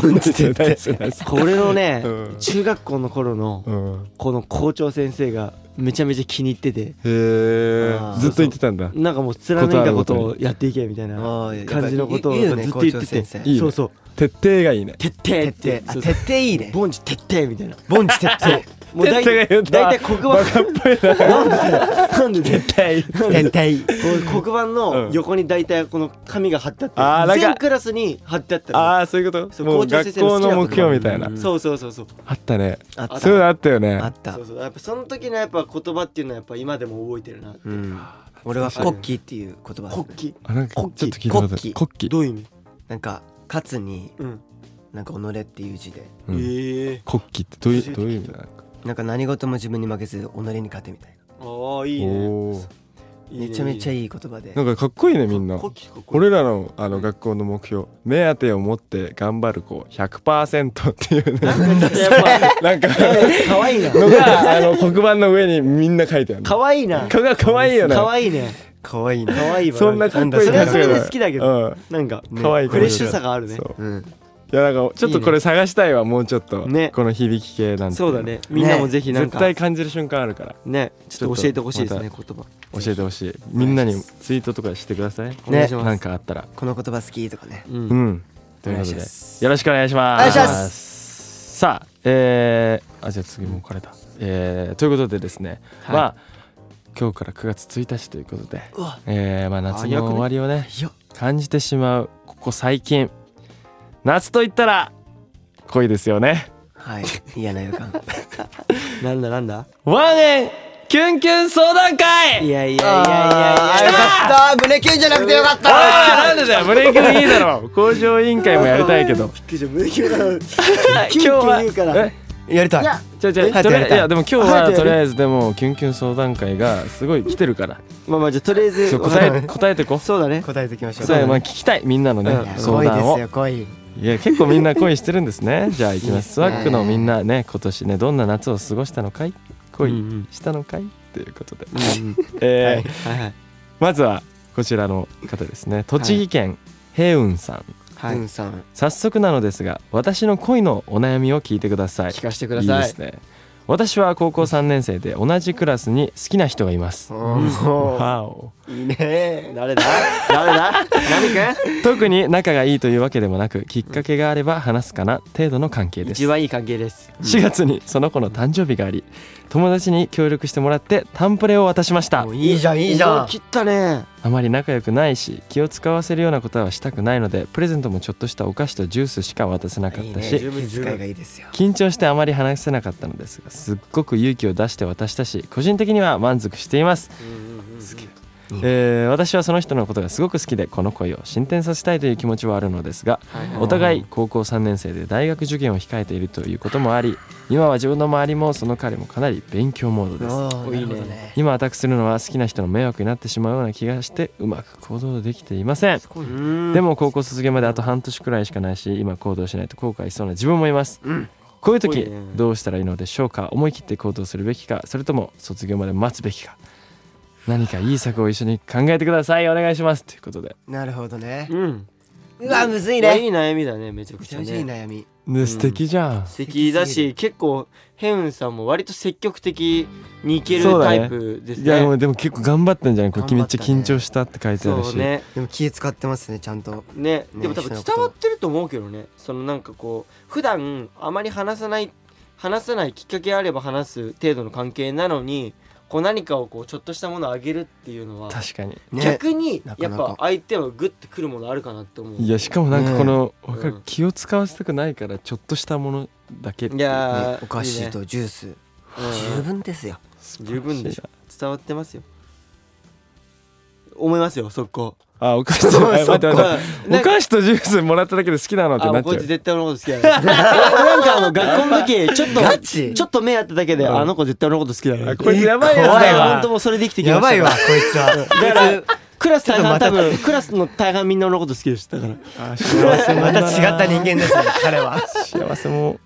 Speaker 3: ボンチって言っ
Speaker 2: それ
Speaker 3: て
Speaker 2: 何それ
Speaker 1: これのね
Speaker 2: うん
Speaker 1: 中学校の頃の
Speaker 2: うん
Speaker 1: この校長先生がめちゃめちゃ気に入ってて
Speaker 2: へえ
Speaker 3: あー
Speaker 2: ずっと言ってたんだ
Speaker 1: なんかもう貫いたことをやっていけみたいな
Speaker 3: あー
Speaker 1: 感じのことをずっ
Speaker 3: やぱ言う
Speaker 1: と
Speaker 3: 言う
Speaker 1: 言
Speaker 3: よ
Speaker 1: っ
Speaker 3: ね校
Speaker 1: て
Speaker 3: 長
Speaker 1: て
Speaker 3: 先生
Speaker 2: いいね
Speaker 1: そうそう
Speaker 2: 徹底がいいね
Speaker 1: 徹底っ
Speaker 3: 徹
Speaker 1: て
Speaker 3: 底あ
Speaker 1: そう
Speaker 3: 徹
Speaker 1: そう
Speaker 3: 底いいね
Speaker 1: 凡事徹底みたいな
Speaker 3: ボンチ徹底
Speaker 1: もう大
Speaker 2: 徹底が
Speaker 1: 体
Speaker 2: 言う
Speaker 1: 大
Speaker 2: と
Speaker 1: 体黒
Speaker 2: バ
Speaker 1: 板
Speaker 2: カっぽい な
Speaker 1: なんでだよなんでだよ
Speaker 2: 徹底
Speaker 3: 徹底
Speaker 1: こういう黒板の横に大体この紙が貼ってあって、
Speaker 2: あーなんか
Speaker 1: 全クラスに貼ってあったの
Speaker 2: ああそういうこと
Speaker 1: そう
Speaker 2: も
Speaker 1: 校
Speaker 2: う
Speaker 1: 長先生の好
Speaker 2: 学校
Speaker 1: きな
Speaker 2: の目標みたいな、
Speaker 3: うん
Speaker 1: そうそうそうそう
Speaker 2: あったね
Speaker 3: あった
Speaker 2: そういうのあったよ
Speaker 3: あ
Speaker 2: ね
Speaker 3: った
Speaker 1: そうそうやっぱその時のやっぱ言葉っていうのはやっぱ今でも覚えてるな
Speaker 3: うん俺は国旗っていう言葉
Speaker 1: 国
Speaker 3: ですね
Speaker 1: 旗
Speaker 2: あなんかちょっと聞いたことある
Speaker 3: 国
Speaker 2: 国旗
Speaker 1: どういう意味
Speaker 3: なんか勝つに
Speaker 1: うん、
Speaker 3: なんか己っていう字で
Speaker 2: うん
Speaker 1: ええ
Speaker 2: 国旗ってどういうどういう意味だなんか
Speaker 3: なんか何事も自分に負けず己に勝てみたい
Speaker 1: ああいいね
Speaker 2: おー
Speaker 1: いいね
Speaker 3: なめちゃめちゃ
Speaker 1: いい
Speaker 3: いい言葉で
Speaker 2: なんかかっこいいねみんな
Speaker 1: 国旗かっこいい
Speaker 2: 俺らのあの学校の目標目当てを持って頑張る子100%っていうね
Speaker 1: なんかちょっとやっぱ
Speaker 2: なんか
Speaker 1: 可愛いな
Speaker 2: のがあの黒板の上にみんな書いてある
Speaker 1: 可愛いな
Speaker 2: かが可愛いよね
Speaker 1: 可愛いね
Speaker 3: 可愛いね
Speaker 1: 可愛いわ
Speaker 2: そんなかっこいい
Speaker 1: それは
Speaker 2: 感じ
Speaker 1: それで好きだけど、
Speaker 2: ど
Speaker 1: なんか
Speaker 2: 可愛い
Speaker 1: フレッシュさがあるね
Speaker 2: そう
Speaker 3: うん
Speaker 2: いやなんかちょっとこれ探したいわもうちょっと
Speaker 1: ね
Speaker 2: この響き系なんて
Speaker 1: そうだねみんなもぜひなん
Speaker 2: 絶
Speaker 1: か
Speaker 2: 対感じる瞬間あるから
Speaker 1: ねちょっと教えてほしいですね
Speaker 2: ち
Speaker 1: 言葉
Speaker 2: 教えてほしいみんなにツイートとかしてください
Speaker 1: お願いします
Speaker 2: なんかあったら
Speaker 3: この言葉好きとかね
Speaker 1: うん
Speaker 2: うんということ
Speaker 3: お願いし
Speaker 2: で
Speaker 3: ます
Speaker 2: よろしくお願いします
Speaker 3: お願いします
Speaker 2: さあえー、あじゃあ次もう枯れた、えー、ということでですね、
Speaker 1: はい
Speaker 2: まあ今日から9月1日ということで、
Speaker 1: うわ
Speaker 2: えーまあ、夏
Speaker 1: 早く
Speaker 2: の
Speaker 1: ね
Speaker 2: 終わりをね
Speaker 1: いや
Speaker 2: 感じてしまうここ最近夏といったら恋ですよね
Speaker 3: はい嫌な予感
Speaker 1: なんだなんだ
Speaker 2: ワンエンキュンキュン相談
Speaker 1: い
Speaker 2: 会
Speaker 1: やいやいやいやい
Speaker 3: あー
Speaker 1: や
Speaker 3: よかった胸キュンじゃなくてよかっ
Speaker 2: おい
Speaker 3: た
Speaker 2: なんでだよブレイクいいだろ工場委員会もやりたいけど
Speaker 1: びっくりした胸キュンだろキ
Speaker 2: 今
Speaker 1: ュンキ
Speaker 2: 日
Speaker 1: ュン
Speaker 2: は
Speaker 1: 言うから
Speaker 2: え
Speaker 3: やりたい
Speaker 1: や
Speaker 2: じゃあじゃあ
Speaker 3: え
Speaker 2: とりあえ
Speaker 3: やり
Speaker 2: ず
Speaker 3: たい
Speaker 2: いやでも今
Speaker 1: 早
Speaker 2: 日
Speaker 1: くや
Speaker 2: は
Speaker 1: る
Speaker 2: とりあえずでもキュンキュン相談会がすごい来てるから
Speaker 1: まあまあじゃあとりあえ
Speaker 2: ち
Speaker 1: ず
Speaker 2: ょ答え答えてこ
Speaker 1: そうだね
Speaker 3: 答えていきましょう
Speaker 2: 答えまあ聞きたいみんなのね
Speaker 1: うん
Speaker 2: 相談
Speaker 3: いや濃い
Speaker 2: を
Speaker 3: ですよ濃い
Speaker 2: いや結構みんな恋してるんで すねじゃあ行きますス
Speaker 3: いい
Speaker 2: ワ
Speaker 3: ですね
Speaker 2: ックのみんなね今年ねどんな夏を過ごしたのかい
Speaker 1: うん
Speaker 2: 恋
Speaker 1: うん
Speaker 2: したのかいっていうことで、
Speaker 1: うん
Speaker 2: えー
Speaker 1: はいはい
Speaker 2: まずはこちらの方ですね栃木県平雲さん
Speaker 1: は
Speaker 3: う
Speaker 1: い
Speaker 3: んさん
Speaker 2: 早速なのですが私の恋のお悩みを聞いてください
Speaker 1: 聞かせてください
Speaker 2: いですね私は高校3年生で同じクラスに好きな人がいます
Speaker 3: お
Speaker 2: わお
Speaker 3: ーいいね
Speaker 1: 誰だ誰だ何くん
Speaker 2: 特に仲がいいというわけでもなくきっかけがあれば話すかな程度の関係です
Speaker 1: 一番いい関係です
Speaker 2: 4月にその子の誕生日があり友達に協力してもらってタンプレを渡しました
Speaker 3: いいじゃんいいじゃん
Speaker 1: 切ったね
Speaker 2: あまり仲良くないし気を使わせるようなことはしたくないのでプレゼントもちょっとしたお菓子とジュースしか渡せなか
Speaker 3: いい
Speaker 2: った
Speaker 3: ね
Speaker 2: し
Speaker 3: 十分使いがいいですよ
Speaker 2: 緊張してあまり話せなかったのですがすっごく勇気を出して渡したし個人的には満足しています、えー私はその人のことがすごく好きでこの恋を進展させたいという気持ちはあるのですがお互い高校3年生で大学受験を控えているということもあり今は自分の周りもその彼もかなり勉強モードです
Speaker 3: おー
Speaker 1: いいね
Speaker 3: なるほどね
Speaker 2: 今アタックするのは好きな人の迷惑になってしまうような気がしてうまく行動できていません
Speaker 1: で
Speaker 2: でも高校卒業まであと半年くらいしかないし今行動しないと後悔しそうな自分もいます、こういう
Speaker 1: す
Speaker 2: 時
Speaker 1: ごいね
Speaker 2: どうしたらいいのでしょうか思い切って行動するべきかそれとも卒業まで待つべきか何かいい策を一緒に考えてくださいお願いしますということで
Speaker 3: なるほどね
Speaker 1: うん
Speaker 3: うわむずい
Speaker 1: い
Speaker 3: ね
Speaker 1: い悩みだねめちゃく
Speaker 3: め
Speaker 1: ち
Speaker 3: ち
Speaker 1: ゃ
Speaker 3: ゃめちゃいい
Speaker 1: ね
Speaker 3: 悩み
Speaker 2: で素敵じゃん、
Speaker 1: 素敵だし結構ヘウンさんも割と積極的にいけるタイプです
Speaker 2: いやでも
Speaker 1: ね
Speaker 2: でも結構頑張ったんじゃないこれ
Speaker 3: 頑
Speaker 2: め
Speaker 3: 張
Speaker 2: っ
Speaker 3: っ
Speaker 2: ち
Speaker 3: た
Speaker 2: ゃ
Speaker 3: ね
Speaker 2: 緊張したって書いてある
Speaker 1: そう
Speaker 2: し、
Speaker 1: ね
Speaker 3: でも気使ってますねちゃんと
Speaker 1: ね
Speaker 3: ね
Speaker 1: でも多分伝わってると思うけどねそのなんかこう普段あまり話さない話さないきっかけあれば話す程度の関係なのにこう何かをこうちょっとしたものをあげるっていうのは
Speaker 2: 確かに
Speaker 3: ね
Speaker 1: 逆に
Speaker 3: なか
Speaker 1: や
Speaker 3: な
Speaker 1: っ
Speaker 3: か
Speaker 1: ぱ相手はグッてくるものあるかなって思う
Speaker 2: い
Speaker 1: い
Speaker 2: やしかもなん
Speaker 3: ね
Speaker 2: か
Speaker 3: え
Speaker 2: この、わか
Speaker 1: う
Speaker 2: る
Speaker 1: ん
Speaker 2: 気を使わせたくないからちょっとしたものだけって
Speaker 1: や
Speaker 3: ね
Speaker 1: ー
Speaker 3: お菓子
Speaker 1: いいね
Speaker 3: とジュース
Speaker 1: うん
Speaker 3: 十分ですよ
Speaker 1: 十分でしょ伝わってますよ思いますよ速攻
Speaker 2: あお菓子と
Speaker 3: そう
Speaker 2: 待って待って待っ
Speaker 1: う
Speaker 2: て
Speaker 1: んな
Speaker 2: お
Speaker 1: んか
Speaker 2: 菓子とジュースもらっただけで好きなのってな
Speaker 1: あ
Speaker 2: っちゃ
Speaker 1: こいつ
Speaker 2: う
Speaker 1: 絶対俺のこと好きだ ねなんかあの学校の時ちょっ
Speaker 3: ガ
Speaker 1: と
Speaker 3: チ
Speaker 1: ちょっと目あっただけで
Speaker 2: うん
Speaker 1: あの子絶対俺のこと好きだね
Speaker 2: あこいつやばいやつ
Speaker 1: 怖
Speaker 2: だ
Speaker 1: い
Speaker 2: わ
Speaker 1: 本当もうそれで生きてきまし
Speaker 3: や
Speaker 1: た
Speaker 3: ばいわこいつは
Speaker 1: だからクラス大半
Speaker 3: ちょ
Speaker 1: 多
Speaker 3: っとまた
Speaker 1: 分クラスの大半みんな俺のこと好きでしたから
Speaker 2: あ幸せも
Speaker 3: ま
Speaker 2: ん
Speaker 3: た
Speaker 2: だ
Speaker 3: 違
Speaker 2: な
Speaker 3: った人間ですね彼は
Speaker 2: 幸せも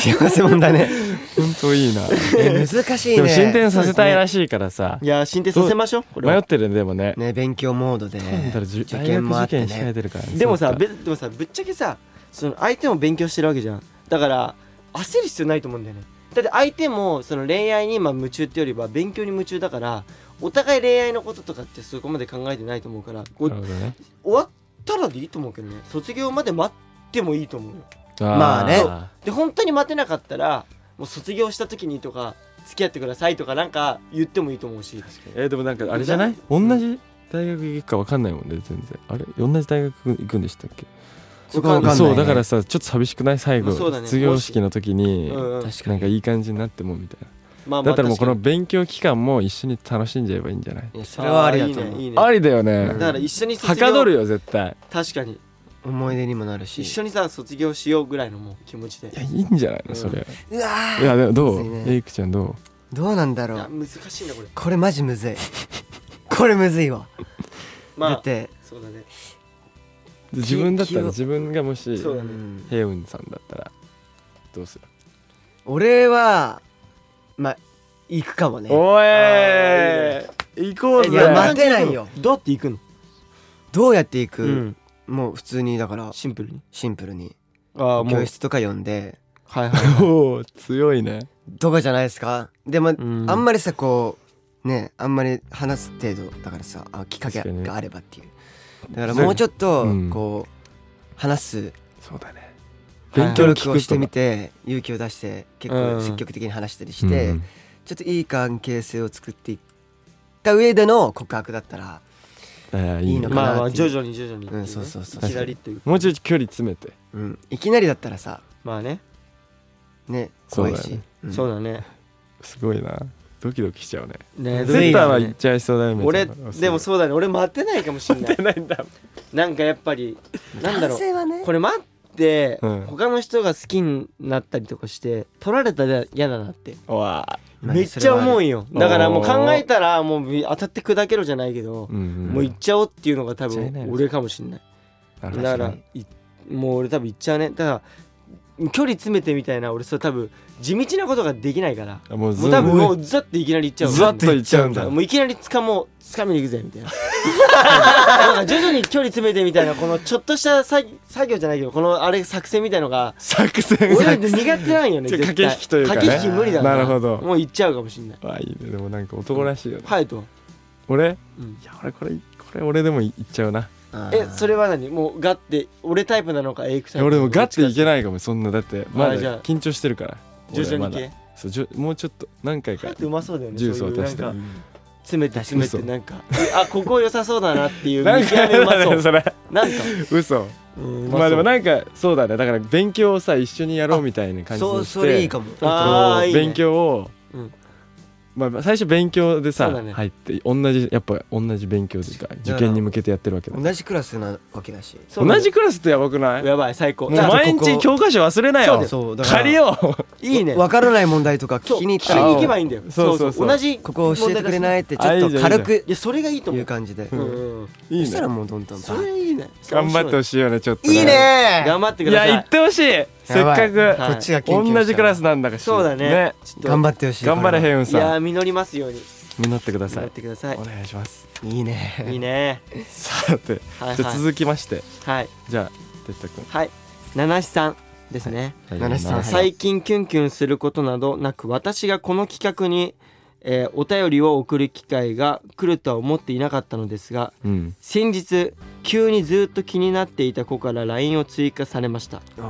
Speaker 3: 幸せもんだね
Speaker 2: 本当いいな
Speaker 3: 難しいね
Speaker 2: でも進展させたいらしいからさ、
Speaker 1: いや進展させましょうこれ
Speaker 2: 迷っ
Speaker 1: は
Speaker 2: てるねでもね
Speaker 3: ね勉強モードで
Speaker 2: なんだろうじゅ
Speaker 3: 受
Speaker 2: 大
Speaker 3: 験
Speaker 2: 学
Speaker 3: もあ
Speaker 2: 受
Speaker 3: って
Speaker 2: 験控え
Speaker 3: ね
Speaker 2: てるからね
Speaker 1: でも
Speaker 2: そ
Speaker 1: さ
Speaker 2: っか
Speaker 1: べでもさぶっちゃけさその相手も勉強してるわけじゃんだから焦る必要ないと思うんだよねだって相手もその恋愛に今夢中ってよりは勉強に夢中だからお互い恋愛のこととかってそこまで考えてないと思うからこう
Speaker 2: なるほどね
Speaker 1: 終わったらでいいと思うけどね卒業まで待ってもいいと思うよ
Speaker 3: まあね
Speaker 1: で本当に待てなかったらもう卒業した時にとか付き合ってくださいとかなんか言ってもいいと思うし
Speaker 2: えーでもなんかあれじゃない同じ大学行くかわかんないもんね全然あれ同じ大学行くんでしたっけ
Speaker 3: そこはわかんないね
Speaker 2: そうだからさちょっと寂しくない最後、
Speaker 1: まあそうだね
Speaker 2: 卒業式の時に、
Speaker 1: うんうん
Speaker 3: 確か
Speaker 2: なん
Speaker 3: に
Speaker 2: かいい感じになってもみたいな、
Speaker 1: まあまあ
Speaker 2: だったらもうこの
Speaker 1: 確
Speaker 2: 勉強期間も一緒に楽しんじゃえばいいんじゃない
Speaker 3: いや
Speaker 1: か
Speaker 3: そ
Speaker 1: に
Speaker 3: れはありだと
Speaker 1: あーいいねいうい
Speaker 3: 思
Speaker 1: ね
Speaker 2: ありだよね
Speaker 1: だから一緒に卒
Speaker 2: は
Speaker 1: 業
Speaker 2: かどるよ絶対
Speaker 1: 確かに
Speaker 3: 思い出にもなるし
Speaker 1: 一緒にさ卒業しようぐらいのもう気持ちで
Speaker 2: いやいいんじゃないのそれ、
Speaker 3: うわー
Speaker 2: いやでもどう、
Speaker 3: むずいね
Speaker 2: エイクちゃんど
Speaker 3: どうなんだ
Speaker 1: い
Speaker 3: ろ
Speaker 1: や
Speaker 3: う
Speaker 1: 難しいんだこれ
Speaker 3: これマジむずいこれむずいわ
Speaker 1: ま
Speaker 3: だ
Speaker 1: あ
Speaker 3: って
Speaker 1: そうだね
Speaker 2: う自分だったら
Speaker 3: 気を
Speaker 2: 自分がもし
Speaker 1: そうだ
Speaker 3: う
Speaker 1: ね
Speaker 3: ん
Speaker 2: 平雲さんだったらどうする
Speaker 3: 俺はまあ行くかもね
Speaker 2: お
Speaker 1: え
Speaker 2: え行こう
Speaker 3: ぜ
Speaker 2: ぜ
Speaker 3: いや待てないよ
Speaker 1: どうやって行くの
Speaker 3: どうやって行く、
Speaker 1: うん
Speaker 3: もう普通にだから
Speaker 1: シンプルに
Speaker 3: シンプルに
Speaker 1: ああもう
Speaker 3: 教室とか呼んで
Speaker 1: はい は
Speaker 2: おお強いね
Speaker 3: とかじゃないですかでも、
Speaker 1: ん
Speaker 3: あんまりさこうねあんまり話す程度だからさあきっかけ
Speaker 2: 確かに
Speaker 3: があればっていうだから
Speaker 2: そう
Speaker 3: もうちょっと
Speaker 2: うん
Speaker 3: こう話す
Speaker 2: そうだね勉強
Speaker 3: 協
Speaker 2: の
Speaker 3: 力
Speaker 2: 聞
Speaker 3: を
Speaker 2: く
Speaker 3: して
Speaker 2: 人
Speaker 3: み
Speaker 2: だ
Speaker 3: て勇気を出して結
Speaker 1: うん
Speaker 3: 構積極的に話したりして、
Speaker 2: うん
Speaker 3: ちょっといい関係性を作っていった上での告白だったら、
Speaker 2: えー
Speaker 3: い
Speaker 2: い
Speaker 3: い
Speaker 2: い
Speaker 3: の
Speaker 2: の
Speaker 3: か
Speaker 2: か
Speaker 1: まあまあ徐々に徐々にっていね、
Speaker 3: うんそうそうそう
Speaker 1: いきなりという
Speaker 2: もうちょい距離詰めて
Speaker 3: うん、いきなりだったらさ
Speaker 1: まあね、
Speaker 3: ね
Speaker 2: そう
Speaker 3: 怖
Speaker 2: だ
Speaker 3: い
Speaker 2: よね
Speaker 3: しうん
Speaker 1: そうだね
Speaker 2: すごいなドキドキしちゃうね
Speaker 1: ね
Speaker 3: どう
Speaker 2: セン
Speaker 3: いうの
Speaker 2: ターは行っちゃいそうだよね
Speaker 1: 俺
Speaker 2: みたいな
Speaker 1: でもそうだね俺待ってないかもしんない
Speaker 2: 出ないんだ
Speaker 1: なんかやっぱりなんだろ
Speaker 3: 男
Speaker 1: う
Speaker 3: 性はね
Speaker 1: これ待って、
Speaker 2: うん
Speaker 1: 他の人が好きになったりとかして取られたら嫌だなって
Speaker 2: うわ
Speaker 3: まあ
Speaker 1: めっちゃ思
Speaker 3: それはあ
Speaker 1: う
Speaker 3: る
Speaker 1: よだからもう考えたらもう当たって砕けろじゃないけど
Speaker 2: ー、うんうん、
Speaker 1: もう行っちゃおうっていうのが多
Speaker 2: 行っちゃいな
Speaker 1: 分
Speaker 2: よ
Speaker 1: 俺かもしんない
Speaker 2: なるほど
Speaker 1: だからいもう俺多分行っちゃうねだから距離詰めてみたいな俺それ多分地道なことができないから
Speaker 2: あも
Speaker 1: も
Speaker 2: うず
Speaker 1: う多分もうザッていきなり行っちゃう
Speaker 2: ずわっと行っちゃうんだ
Speaker 1: もういきなり掴もう掴みに行くぜみたいななんか徐々に距離詰めてみたいなこのちょっとした作作業じゃないけどこのあれ作戦みたいのが
Speaker 2: 作戦
Speaker 1: 俺苦手なんよね
Speaker 2: ちょ
Speaker 1: 絶対
Speaker 2: 駆け引きというかね
Speaker 1: 駆け引き無理だから
Speaker 2: なるほど
Speaker 1: もう行っちゃうかもしんない
Speaker 2: あいいねでもなんか男らしいよね、
Speaker 1: はいと、
Speaker 2: 俺
Speaker 1: うん
Speaker 2: いや俺これこれ俺でも行っちゃうな
Speaker 3: あー
Speaker 1: えそれは何もうガッて俺タイプなのかエイク
Speaker 2: い
Speaker 1: タイ
Speaker 2: や
Speaker 1: プ
Speaker 2: 俺でもガッていけ
Speaker 1: ない
Speaker 2: ないかもそんなだってまだ
Speaker 1: じゃあ
Speaker 2: 緊張してるから
Speaker 1: 徐々に
Speaker 2: 俺
Speaker 1: 系
Speaker 2: まだそうじょもうちょっと何回か
Speaker 1: ガッてうまそうだよね
Speaker 2: ジュース
Speaker 1: そういう
Speaker 2: を足して
Speaker 1: なんか
Speaker 3: うん
Speaker 1: 詰めて詰めて
Speaker 2: 嘘
Speaker 1: なんかあここ良さそうだなって いう
Speaker 2: な
Speaker 1: 見
Speaker 2: ん
Speaker 1: 極めうまそ
Speaker 2: か
Speaker 1: う
Speaker 2: それ
Speaker 1: なんか
Speaker 2: 嘘
Speaker 1: うんうまそう
Speaker 2: まあでもなんかそうだねだから勉強をさ一緒にやろうみたいな感じに
Speaker 3: そう
Speaker 2: して
Speaker 3: それいいかも
Speaker 2: こう
Speaker 1: あーいいね
Speaker 2: 勉強を
Speaker 1: うん
Speaker 2: まあ最初勉強で
Speaker 1: そうだ
Speaker 2: さ
Speaker 1: ね
Speaker 2: 入って同じやっぱ同じ勉強というか受験に向けてやってるわけだ
Speaker 3: 同じクラスなわけだし
Speaker 1: そうだ
Speaker 2: 同
Speaker 1: ね
Speaker 2: じクラスってやばくないも
Speaker 1: やばい最高
Speaker 2: う
Speaker 1: じゃあ
Speaker 2: 毎
Speaker 3: ここ
Speaker 2: 日教科書忘れなよ
Speaker 3: そうだから
Speaker 2: 借りよう
Speaker 1: いいね
Speaker 3: わからない問題とか聞きに行った
Speaker 1: そう聞きに
Speaker 3: ら
Speaker 1: 行けばいいんだよ
Speaker 2: そうそうそう
Speaker 1: 同じ
Speaker 3: ここ教えてくれないいってちょっと軽く
Speaker 1: いやそれがいいと思
Speaker 3: いう
Speaker 1: う
Speaker 3: 感じで
Speaker 1: う
Speaker 3: そ
Speaker 1: んうん
Speaker 2: いい
Speaker 3: した
Speaker 2: ね
Speaker 3: らもうどんどん
Speaker 1: それいいね
Speaker 2: 頑張ってほ
Speaker 1: し
Speaker 2: しいよねちょっと
Speaker 3: いいね
Speaker 1: 頑張ってく
Speaker 2: い
Speaker 1: ださ
Speaker 2: や
Speaker 1: い
Speaker 2: 行ってほしいせっかく
Speaker 1: は
Speaker 3: こっちがキュンキュンした
Speaker 2: 同じクラスなんだから
Speaker 1: そうだねちょっと
Speaker 3: 頑張ってほしい
Speaker 2: 頑張れヘイウン
Speaker 1: いや
Speaker 2: さん
Speaker 1: ー実りますように
Speaker 2: 実ってくだ
Speaker 1: 頑
Speaker 2: さ
Speaker 1: 張っ
Speaker 2: い
Speaker 1: てください
Speaker 2: お願いします
Speaker 3: いいね
Speaker 1: いいね
Speaker 2: さて
Speaker 1: はい
Speaker 2: じゃあ
Speaker 1: は
Speaker 2: 続きまして
Speaker 1: いはい
Speaker 2: じゃあ哲太
Speaker 1: はい七七さんですね
Speaker 2: 君
Speaker 3: 七七さんはい
Speaker 1: 最近キュンキュンすることなどなく私がこの企画にえーお便りを送る機会が来るとは思っていなかったのですが
Speaker 2: うん
Speaker 1: 先日急にずっと気になっていた子から LINE を追加されました
Speaker 3: お
Speaker 2: お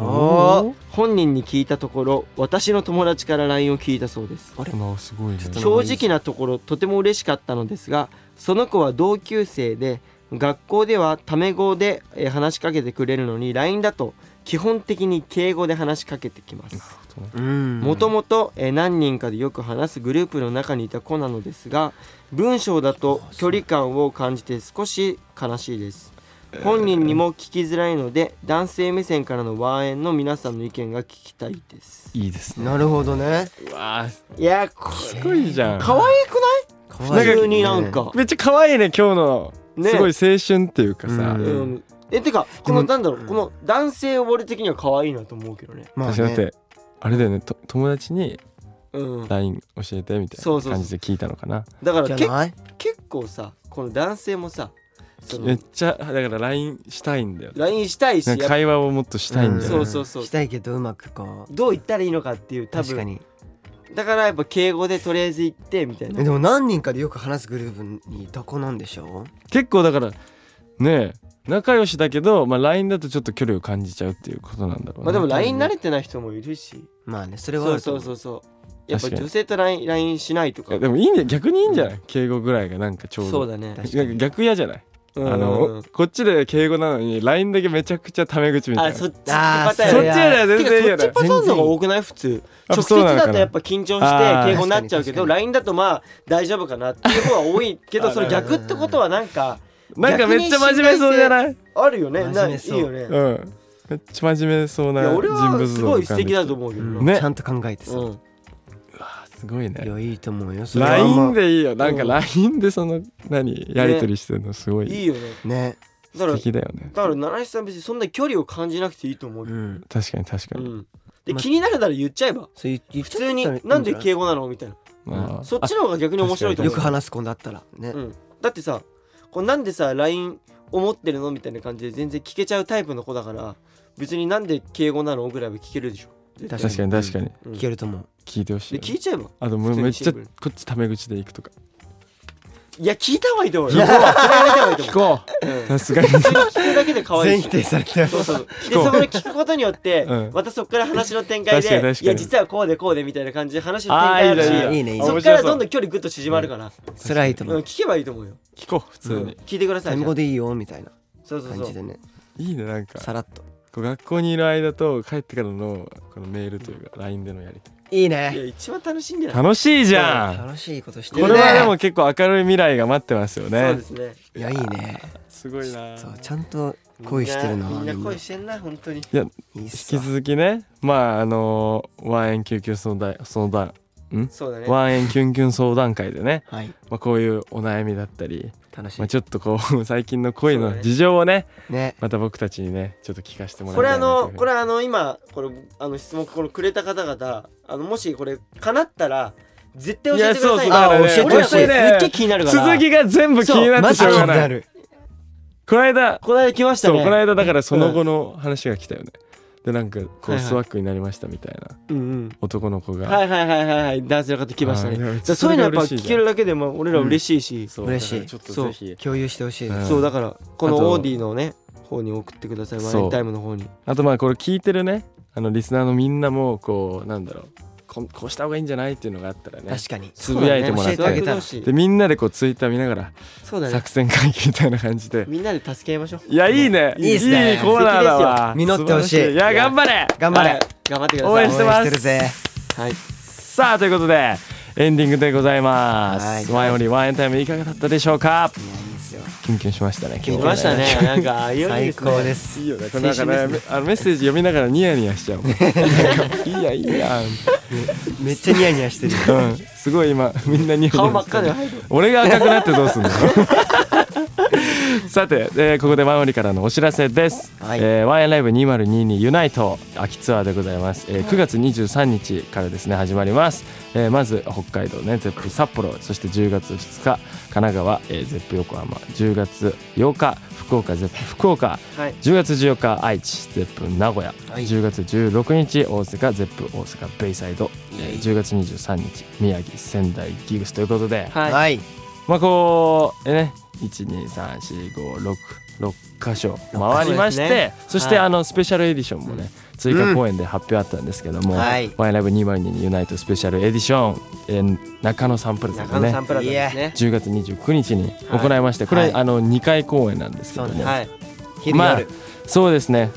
Speaker 3: お
Speaker 1: 本人に聞いたところ私の友達から LINE を聞いたそうです
Speaker 2: あれまあすごいね
Speaker 3: ちょっ
Speaker 1: 正直なところとても嬉しかったのですがその子は同級生で学校ではタメ語でえー話しかけてくれるのに LINE だと基本的に敬語で話しかけてきます
Speaker 3: うん
Speaker 1: もともとえー何人かでよく話すグループの中にいた子なのですが文章だと距離感を感じて少し悲しいです本人にも聞きづらいので男性目線からのワンエンの皆さんの意見が聞きたいです
Speaker 2: いいですね
Speaker 3: なるほどね
Speaker 2: うわあす
Speaker 1: いやーこ
Speaker 2: ごいじゃん
Speaker 1: 可愛く
Speaker 3: 可
Speaker 1: ない
Speaker 3: 愛いね
Speaker 1: 普通になんか
Speaker 2: めっちゃ可愛いね今日の
Speaker 1: ね
Speaker 2: すごい青春っていうかさ
Speaker 3: うん
Speaker 1: うん、えてかこの
Speaker 3: でも
Speaker 1: なんだろうこの男性を俺的には可愛いなと思うけどね
Speaker 3: まあ
Speaker 2: 確かにだっ
Speaker 3: ね
Speaker 2: てあれだよねと友達に
Speaker 1: うんだ
Speaker 2: LINE 教えてみたい
Speaker 1: そうそ
Speaker 2: な
Speaker 1: うそう
Speaker 2: 感じで聞いたのかな
Speaker 1: か
Speaker 3: じ
Speaker 1: ら
Speaker 3: ゃ
Speaker 1: け
Speaker 3: ない
Speaker 1: 結構さこの男性もさそ
Speaker 2: め
Speaker 1: の
Speaker 2: っちゃだから LINE したいんだよ
Speaker 1: LINE したいし
Speaker 2: なん
Speaker 1: や
Speaker 2: か
Speaker 1: っぱ
Speaker 2: 会話をもっとしたいんだよ
Speaker 1: そ
Speaker 2: ね
Speaker 1: うそうそう
Speaker 3: したいけどうまくこう
Speaker 1: どう言ったらいいのかっていう多
Speaker 3: 確か
Speaker 1: 分
Speaker 3: に
Speaker 1: だからやっぱ敬語でとりあえず言ってみたい
Speaker 3: え
Speaker 1: な
Speaker 3: でも何人かでよく話すグループにいた子なんでしょ
Speaker 2: 結構だからねえ仲良しだけど、まあ、LINE だとちょっと距離を感じちゃうっていうことなんだろうね、
Speaker 1: まあでも LINE 慣れてない人もいるし
Speaker 3: まあねそれは
Speaker 1: そうそうそううそうやっぱ
Speaker 2: 確かに
Speaker 1: 女性と LINE LINE しないと
Speaker 2: い
Speaker 1: か
Speaker 2: やでもいいんだよ逆にいいんじゃない、敬語ぐらいがなんかちょうど
Speaker 1: そうだね
Speaker 3: 確
Speaker 2: なんか逆嫌じゃない、あのこっちで敬語なのに LINE だけめちゃくちゃタメ口みたい
Speaker 1: あ
Speaker 2: な
Speaker 1: そっち
Speaker 3: あー
Speaker 1: パターン
Speaker 2: そっ
Speaker 1: や
Speaker 2: ち
Speaker 1: ね
Speaker 2: よりは全然いいよ
Speaker 1: て
Speaker 2: ね
Speaker 1: かそっちパターンの方が多くない普通
Speaker 2: あ
Speaker 1: 直接
Speaker 2: そうなのか
Speaker 1: だ
Speaker 2: な
Speaker 1: とやっぱ緊張
Speaker 2: あ
Speaker 1: し
Speaker 2: ー
Speaker 1: て敬語になっちゃうけど
Speaker 3: 確か
Speaker 1: LINE だとまあ大丈夫かなっていう方が多いけど
Speaker 2: あ
Speaker 1: その逆ってことはなんか
Speaker 2: なんかめっちゃ真面目そうじゃない
Speaker 1: あるよね
Speaker 3: 真
Speaker 1: な
Speaker 3: 面
Speaker 1: いい
Speaker 3: 目そう
Speaker 1: よね
Speaker 2: う
Speaker 1: い
Speaker 2: んめっちゃ真面目そうな
Speaker 1: や
Speaker 2: 人
Speaker 1: 俺は
Speaker 2: 物
Speaker 1: す
Speaker 2: 像
Speaker 1: ご
Speaker 2: が浮
Speaker 1: い
Speaker 2: か
Speaker 1: 素
Speaker 2: んで
Speaker 1: 敵
Speaker 2: きて
Speaker 1: だと思うけど
Speaker 3: ん
Speaker 1: な
Speaker 2: ね
Speaker 3: ちゃんと考えてさ、
Speaker 1: うん
Speaker 2: あすごい
Speaker 3: い
Speaker 2: ね
Speaker 3: やいいと思うよそれは
Speaker 2: LINE
Speaker 3: で
Speaker 2: でいいよなんか
Speaker 1: うん
Speaker 2: LINE でその何やりとりしてるのすご
Speaker 1: い
Speaker 2: い
Speaker 1: いよね
Speaker 3: ね
Speaker 1: だか
Speaker 2: 素
Speaker 1: ら
Speaker 2: 敵だよね
Speaker 1: だから七井さん別にそんな距離を感じなくていいと思う
Speaker 3: う
Speaker 1: よ
Speaker 3: ん
Speaker 2: 確かに確か
Speaker 1: う
Speaker 2: に、
Speaker 1: んで
Speaker 3: まあ
Speaker 1: 気になるなら言っちゃえば
Speaker 3: そう言言っ
Speaker 1: 普
Speaker 3: ちゃっ
Speaker 1: 通に
Speaker 3: たらいいじゃ
Speaker 1: なんで敬語なのみたいな
Speaker 2: まあ
Speaker 1: そっちの方が逆に面白いと
Speaker 3: よ
Speaker 1: 思う
Speaker 3: く話す子だったらね、
Speaker 1: うん、だってさこうなんでさ LINE 思ってるのみたいな感じで全然聞けちゃうタイプの子だから別になんで敬語なのぐらいは聞けるでしょ、
Speaker 3: 確
Speaker 2: 確かに確かに
Speaker 1: うん
Speaker 3: 聞けると思う
Speaker 2: 聞いてほしい
Speaker 1: で
Speaker 2: よね
Speaker 1: 聞いちゃえば
Speaker 2: あとも
Speaker 1: 普
Speaker 2: う
Speaker 1: 通に
Speaker 2: めっち
Speaker 1: シン
Speaker 2: ゃ
Speaker 1: プル
Speaker 2: こっちタメ口で行くとか
Speaker 1: いや聞いた方がいいと 思うよ。それはやめた方がいいと思
Speaker 2: 聞
Speaker 1: う。
Speaker 2: こうさすがに
Speaker 1: 聞くだけで可愛いし
Speaker 3: 全否。定されて
Speaker 1: そうそうそう。でそこで聞くことによって
Speaker 2: うん、
Speaker 1: またそこから話の展開
Speaker 2: 確かに
Speaker 1: で
Speaker 2: 確か、に
Speaker 1: いや実はこうでこうでみたいな感じで話の展開ある
Speaker 2: あーいい
Speaker 3: ねいいねいい
Speaker 1: し、
Speaker 3: ね
Speaker 1: そこからどんどん距離ぐっと縮まるから、
Speaker 3: それはいいと
Speaker 1: う
Speaker 3: 思
Speaker 1: ん
Speaker 3: う
Speaker 1: 聞けばいいと思うよ。
Speaker 2: 聞こう普通に、
Speaker 1: 聞いてください。
Speaker 3: 単語でいいよみたいな
Speaker 1: そうそう
Speaker 3: 感
Speaker 1: そ
Speaker 3: じで
Speaker 1: う。
Speaker 3: ね
Speaker 2: いいねなんか
Speaker 3: さらっと
Speaker 2: こう学校にいる間と帰ってからのこのメールというか LINE でのやり取
Speaker 3: いい
Speaker 1: いや
Speaker 3: ね
Speaker 1: 一番楽しいんじゃない。
Speaker 2: り楽しいじゃん
Speaker 3: 楽しいことして
Speaker 2: こ
Speaker 3: るね
Speaker 2: れはでも結構明るい未来が待ってますよ
Speaker 1: そう
Speaker 2: ね
Speaker 1: ですね。
Speaker 3: いやいいね
Speaker 2: すごいな
Speaker 3: そうちゃんと恋してるな
Speaker 1: みんな
Speaker 3: みんな
Speaker 1: 恋してんな本当に。
Speaker 2: いや
Speaker 3: いいっ
Speaker 2: 引
Speaker 3: す
Speaker 2: き
Speaker 3: わ
Speaker 2: 続きねまああのー、ワンエンキュンキュン相談相談
Speaker 1: そうだね。
Speaker 2: ワンエンキュンキュン相談会でね、
Speaker 3: はい
Speaker 2: まあ、こういうお悩みだったり、
Speaker 3: 楽し
Speaker 2: まあ、ちょっとこう 最近の恋の事情をね
Speaker 3: いね
Speaker 2: また僕たちにねちょっと聞かせてもら
Speaker 1: こ
Speaker 2: い
Speaker 1: れ
Speaker 2: た
Speaker 1: あ
Speaker 2: いなという
Speaker 1: のこれあの今これあの質問このくれた方々あのもしこれ叶ったら絶対教えてくださいね
Speaker 2: いやそうそうだからね
Speaker 1: 俺ら
Speaker 2: 俺ら
Speaker 1: それ
Speaker 2: ね
Speaker 1: めっちゃ気になるから
Speaker 2: 続きが全部気になっ
Speaker 3: マ
Speaker 2: てし
Speaker 3: ジ気
Speaker 2: ょうが
Speaker 3: に
Speaker 2: な
Speaker 3: ないる
Speaker 2: この間
Speaker 1: この間来ました
Speaker 2: そう
Speaker 1: ね
Speaker 2: この間だからその後の話が来たよね、でなんかこ
Speaker 1: はいはい
Speaker 2: うスワックになりましたみたいな
Speaker 1: うん
Speaker 2: 男の子
Speaker 1: う
Speaker 2: が、
Speaker 1: んはいはいはいはいはい男性の方来ました
Speaker 2: あーでも
Speaker 1: ね
Speaker 2: めっち
Speaker 1: そ
Speaker 2: ゃ
Speaker 1: うそういうのやっぱ
Speaker 2: それが嬉しい
Speaker 1: 聞けるだけでも俺ら嬉しいし
Speaker 2: そう
Speaker 3: 嬉しい
Speaker 2: だからちょっとぜひ
Speaker 3: 共有してほしいです
Speaker 2: うん
Speaker 1: そうだからこ
Speaker 2: あ
Speaker 1: の
Speaker 2: と
Speaker 1: オーディのね方に送ってくださいワ
Speaker 2: そう
Speaker 1: インタイムの方に
Speaker 2: あとまあこれ聞いてるねあのリスナーのみんなもこうなんだろうこんこうした方がいいんじゃないっていうのがあったらね
Speaker 3: 確かに
Speaker 2: つぶやいてもらって
Speaker 1: そうだね教えてあげたらし
Speaker 2: でみんなでこうツイッター見ながら
Speaker 1: そうだね
Speaker 2: 作戦会議みたいな感じで
Speaker 1: みんなで助け合いましょう
Speaker 2: いやいいね
Speaker 3: いいっすね
Speaker 2: いいコーナーだわ
Speaker 3: 素敵ですよ実ってほしい
Speaker 2: 素晴らいや頑張れ
Speaker 3: 頑張れ
Speaker 2: はい
Speaker 1: 頑張ってく
Speaker 2: 応
Speaker 1: だ
Speaker 2: 援
Speaker 1: さ
Speaker 2: し
Speaker 1: い
Speaker 2: てます
Speaker 3: 応援してるぜ
Speaker 1: はい
Speaker 2: さあということでエンディングでございます
Speaker 3: は
Speaker 2: ワンオリワンエンタイムいかがだったでしょうか
Speaker 3: いやいいですよ
Speaker 2: キュンキュンしましたね
Speaker 3: キュ
Speaker 1: 来
Speaker 3: ンキュン
Speaker 1: ましたねなんかあいいよいいで
Speaker 3: 最
Speaker 1: す
Speaker 3: 高
Speaker 1: ね
Speaker 3: です
Speaker 2: いいよねこれなんか
Speaker 1: 青
Speaker 2: ね
Speaker 1: 春
Speaker 2: めあのメッセージ読みながらニヤニヤしちゃうもんなんかいいやいいや
Speaker 3: めっちゃニヤニヤしてる
Speaker 2: うんすごい今みんなニヤニヤしてる
Speaker 1: 顔真っ赤で入る
Speaker 2: 俺が赤くなってどうすんの さて、えーここでワンオリからのお知らせです、
Speaker 3: はい
Speaker 2: えーワンエンライブ2022ユナイト秋ツアーでございます、えー9月23日からですね始まります、えーまず北海道ねゼップ札幌そして10月2日神奈川、えー、ゼップ横浜10月8日福岡ゼップ福岡
Speaker 1: はい
Speaker 2: 10月14日愛知ゼップ名古屋、
Speaker 3: はい
Speaker 2: 10月16日大阪ゼップ大阪ベイサイド、えー10月23日宮城仙台ギグスということで、
Speaker 1: はい
Speaker 3: はい
Speaker 2: まあこうえね1234566箇所回りましてそ,、
Speaker 1: そうですね
Speaker 2: して
Speaker 1: はい
Speaker 2: あのスペシャルエディションもね、追加公演で発表あったんですけども「
Speaker 3: はい
Speaker 2: ワインライブ2022ユナイトスペシャルエディション」えー中野サンプルさん
Speaker 1: 中野
Speaker 2: でね
Speaker 1: サンプラザですね
Speaker 2: 10月29日に行いまして、こ
Speaker 3: は
Speaker 2: れ
Speaker 3: い
Speaker 2: あの2回公演なんですけど
Speaker 3: そう
Speaker 2: ね、
Speaker 3: です
Speaker 1: はい
Speaker 3: 昼
Speaker 2: まあ
Speaker 3: 夜
Speaker 2: そうですね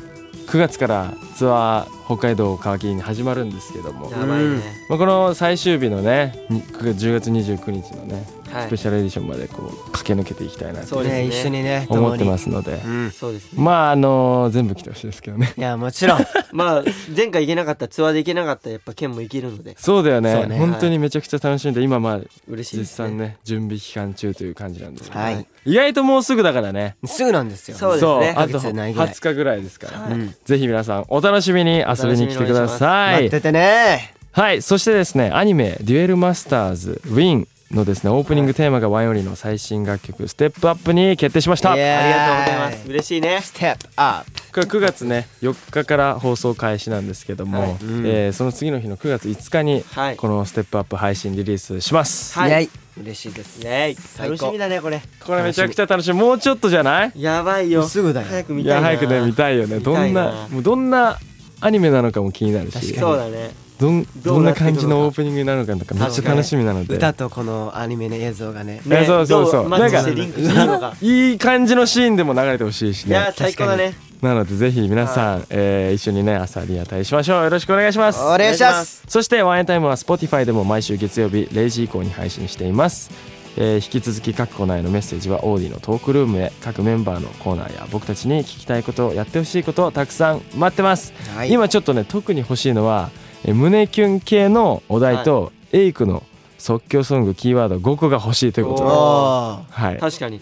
Speaker 2: 9月からツアー北海道を皮切りに始まるんですけども、
Speaker 1: やばいね
Speaker 2: まあ、この最終日のねに10月29日のね
Speaker 1: は
Speaker 2: スペ
Speaker 1: い
Speaker 2: シャルエディションまでこう駆け抜けていきたいなと
Speaker 1: そうですね
Speaker 3: ね一緒にね
Speaker 2: 思ってますすので、
Speaker 3: うん
Speaker 1: そうですね
Speaker 2: まああのー全部来てほしいですけどね。
Speaker 3: いやもちろん
Speaker 1: まあ前回行けなかったツアーで行けなかったやっぱ県も行けるので
Speaker 2: そうだよね
Speaker 3: そうね
Speaker 2: 本当にめちゃくちゃ楽しんで今まあ
Speaker 1: 嬉しい
Speaker 2: 実
Speaker 1: です
Speaker 2: 際
Speaker 1: ね。
Speaker 2: ね準備期間中という感じなんですけど、
Speaker 3: はい
Speaker 2: 意外ともうすぐだからね
Speaker 3: すぐなんですよ
Speaker 1: そうですね
Speaker 2: あと
Speaker 3: 一ヶ月ないぐらい
Speaker 2: 20日ぐらいですから、
Speaker 1: はい
Speaker 3: うん
Speaker 2: ぜひ皆さんお楽しみに遊びに来てくださ
Speaker 3: 待
Speaker 2: い
Speaker 3: っててね
Speaker 2: はいそしてですねアニメ「デュエルマスターズウィンのですねオープニングテーマがワイオリンの最新楽曲「ステップアップに決定しました
Speaker 3: イエーイ
Speaker 1: ありがとうございます。嬉しいね。
Speaker 3: ステップアップ
Speaker 2: これ9月ね4日から放送開始なんですけども、
Speaker 1: はい
Speaker 3: うん
Speaker 2: えーその次の日の9月5日に
Speaker 1: はい
Speaker 2: この「ステップアップ配信リリースします、
Speaker 1: はい
Speaker 3: はい嬉しいです
Speaker 1: イエーイ
Speaker 3: 高
Speaker 1: 楽しみだねこれ。
Speaker 2: これめちゃくちゃ楽しみもうちょっとじゃない
Speaker 1: やばいよ。
Speaker 3: すぐだよ
Speaker 1: 早く
Speaker 2: い
Speaker 1: 見たい
Speaker 2: や
Speaker 1: な。
Speaker 2: 早くね見たいよね
Speaker 1: 見
Speaker 2: ど
Speaker 1: た
Speaker 2: ん
Speaker 1: い
Speaker 2: なもうどんなアニメなのかも気になるし
Speaker 1: そうだね。
Speaker 2: どんど
Speaker 1: ど
Speaker 2: ん
Speaker 1: うな
Speaker 2: な
Speaker 1: ってくるのか
Speaker 2: 感じのオープニングになるのかとかめっちゃ楽しみなので
Speaker 3: 歌とこのアニメの映像がね
Speaker 2: いや
Speaker 1: ね
Speaker 2: そうそうそう
Speaker 1: どマッチしてリンクしてるのか。
Speaker 2: いい感じのシーンでも流れてほしいし
Speaker 1: いや
Speaker 2: ね
Speaker 1: 最高だね。
Speaker 2: なのでぜひ皆さん、えー一緒にね朝リアタイしましょうよろしくお願いします
Speaker 3: お願いします
Speaker 2: そしてワンエンタイムは Spotify でも毎週月曜日0時以降に配信しています、えー引き続き各コーナーへのメッセージはオーディのトークルームへ各メンバーのコーナーや僕たちに聞きたいことやってほしいことをたくさん待ってます、
Speaker 3: はい
Speaker 2: 今ちょっとね特に欲しいのは、えー胸キュン系のお題と、エイクの即興ソングキーワード5個が欲しいということで
Speaker 3: お
Speaker 1: おー
Speaker 3: お
Speaker 2: はい
Speaker 1: 確かに。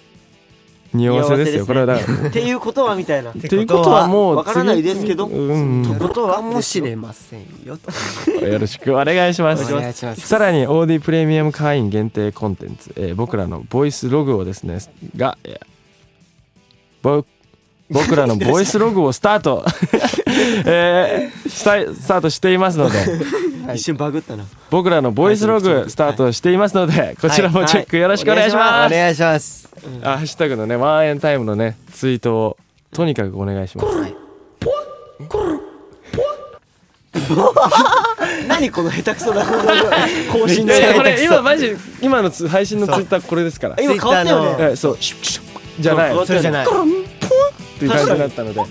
Speaker 2: 匂わせです
Speaker 1: 匂わせですね
Speaker 2: よこれはだから
Speaker 1: っていうことはみたいな。
Speaker 2: ということはもう
Speaker 1: わからないですけど
Speaker 2: 次々うん
Speaker 1: とことは
Speaker 3: かもしれませんよと
Speaker 2: よろしくお願いしま
Speaker 3: お
Speaker 2: す。
Speaker 3: 願いします
Speaker 2: さらに OD プレミアム会員限定コンテンツ、えー僕らのボイスログをですねが、えーぼ僕 らのボ イスログをスタート、えーしたいスタートしていますので、
Speaker 1: 一瞬バグったな
Speaker 2: 僕らのボイスログスタートしていますのでこちらもチェックよろしくお願いし
Speaker 3: お
Speaker 2: ます。
Speaker 3: 願いします
Speaker 2: あハッシュタグのねワンエンタイムのねツイートをとにかくお願いします。
Speaker 1: 何この下手くそな更
Speaker 2: い
Speaker 1: 新
Speaker 2: や い やこ
Speaker 1: で
Speaker 2: れ今マジ今のつ配信のツイッターこれですから。
Speaker 1: 今変わったよね
Speaker 2: えそうシュッシュッじゃない
Speaker 3: それじゃない
Speaker 2: っていう感じになったので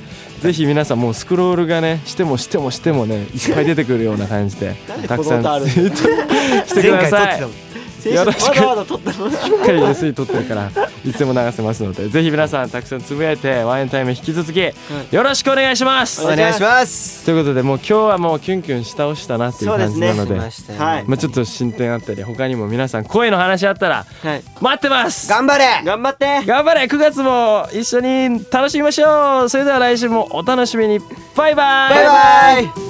Speaker 2: ぜひ皆さんもうスクロールがねしてもしてもしてもねいっぱい出てくるような感じで
Speaker 1: なんで
Speaker 2: た
Speaker 1: こ
Speaker 2: く
Speaker 1: の
Speaker 2: さん
Speaker 1: 歌ある
Speaker 2: ツイートしてください。
Speaker 1: 先週
Speaker 2: よ
Speaker 1: わ
Speaker 2: ろしく
Speaker 1: ざわざ撮ったの
Speaker 2: しっかり SE 撮ってるからいつでも流せますのでぜひ皆さんたくさんつぶやいてワインタイム引き続きよろしくお願いします、
Speaker 3: お願いします
Speaker 2: ということでもう今日はもうキュンキュン下をしたなっていう
Speaker 1: そうで
Speaker 2: 感
Speaker 1: す
Speaker 2: じ
Speaker 1: ね
Speaker 2: なので
Speaker 3: ましたよ
Speaker 1: はい
Speaker 2: まあ、ちょっと進展あったり他にも皆さん声の話あったら
Speaker 1: はい
Speaker 2: 待ってます
Speaker 3: 頑張れ
Speaker 1: 頑張って
Speaker 2: 頑張れ9月も一緒に楽しみましょうそれでは来週もお楽しみにバイバイ
Speaker 3: バイバイ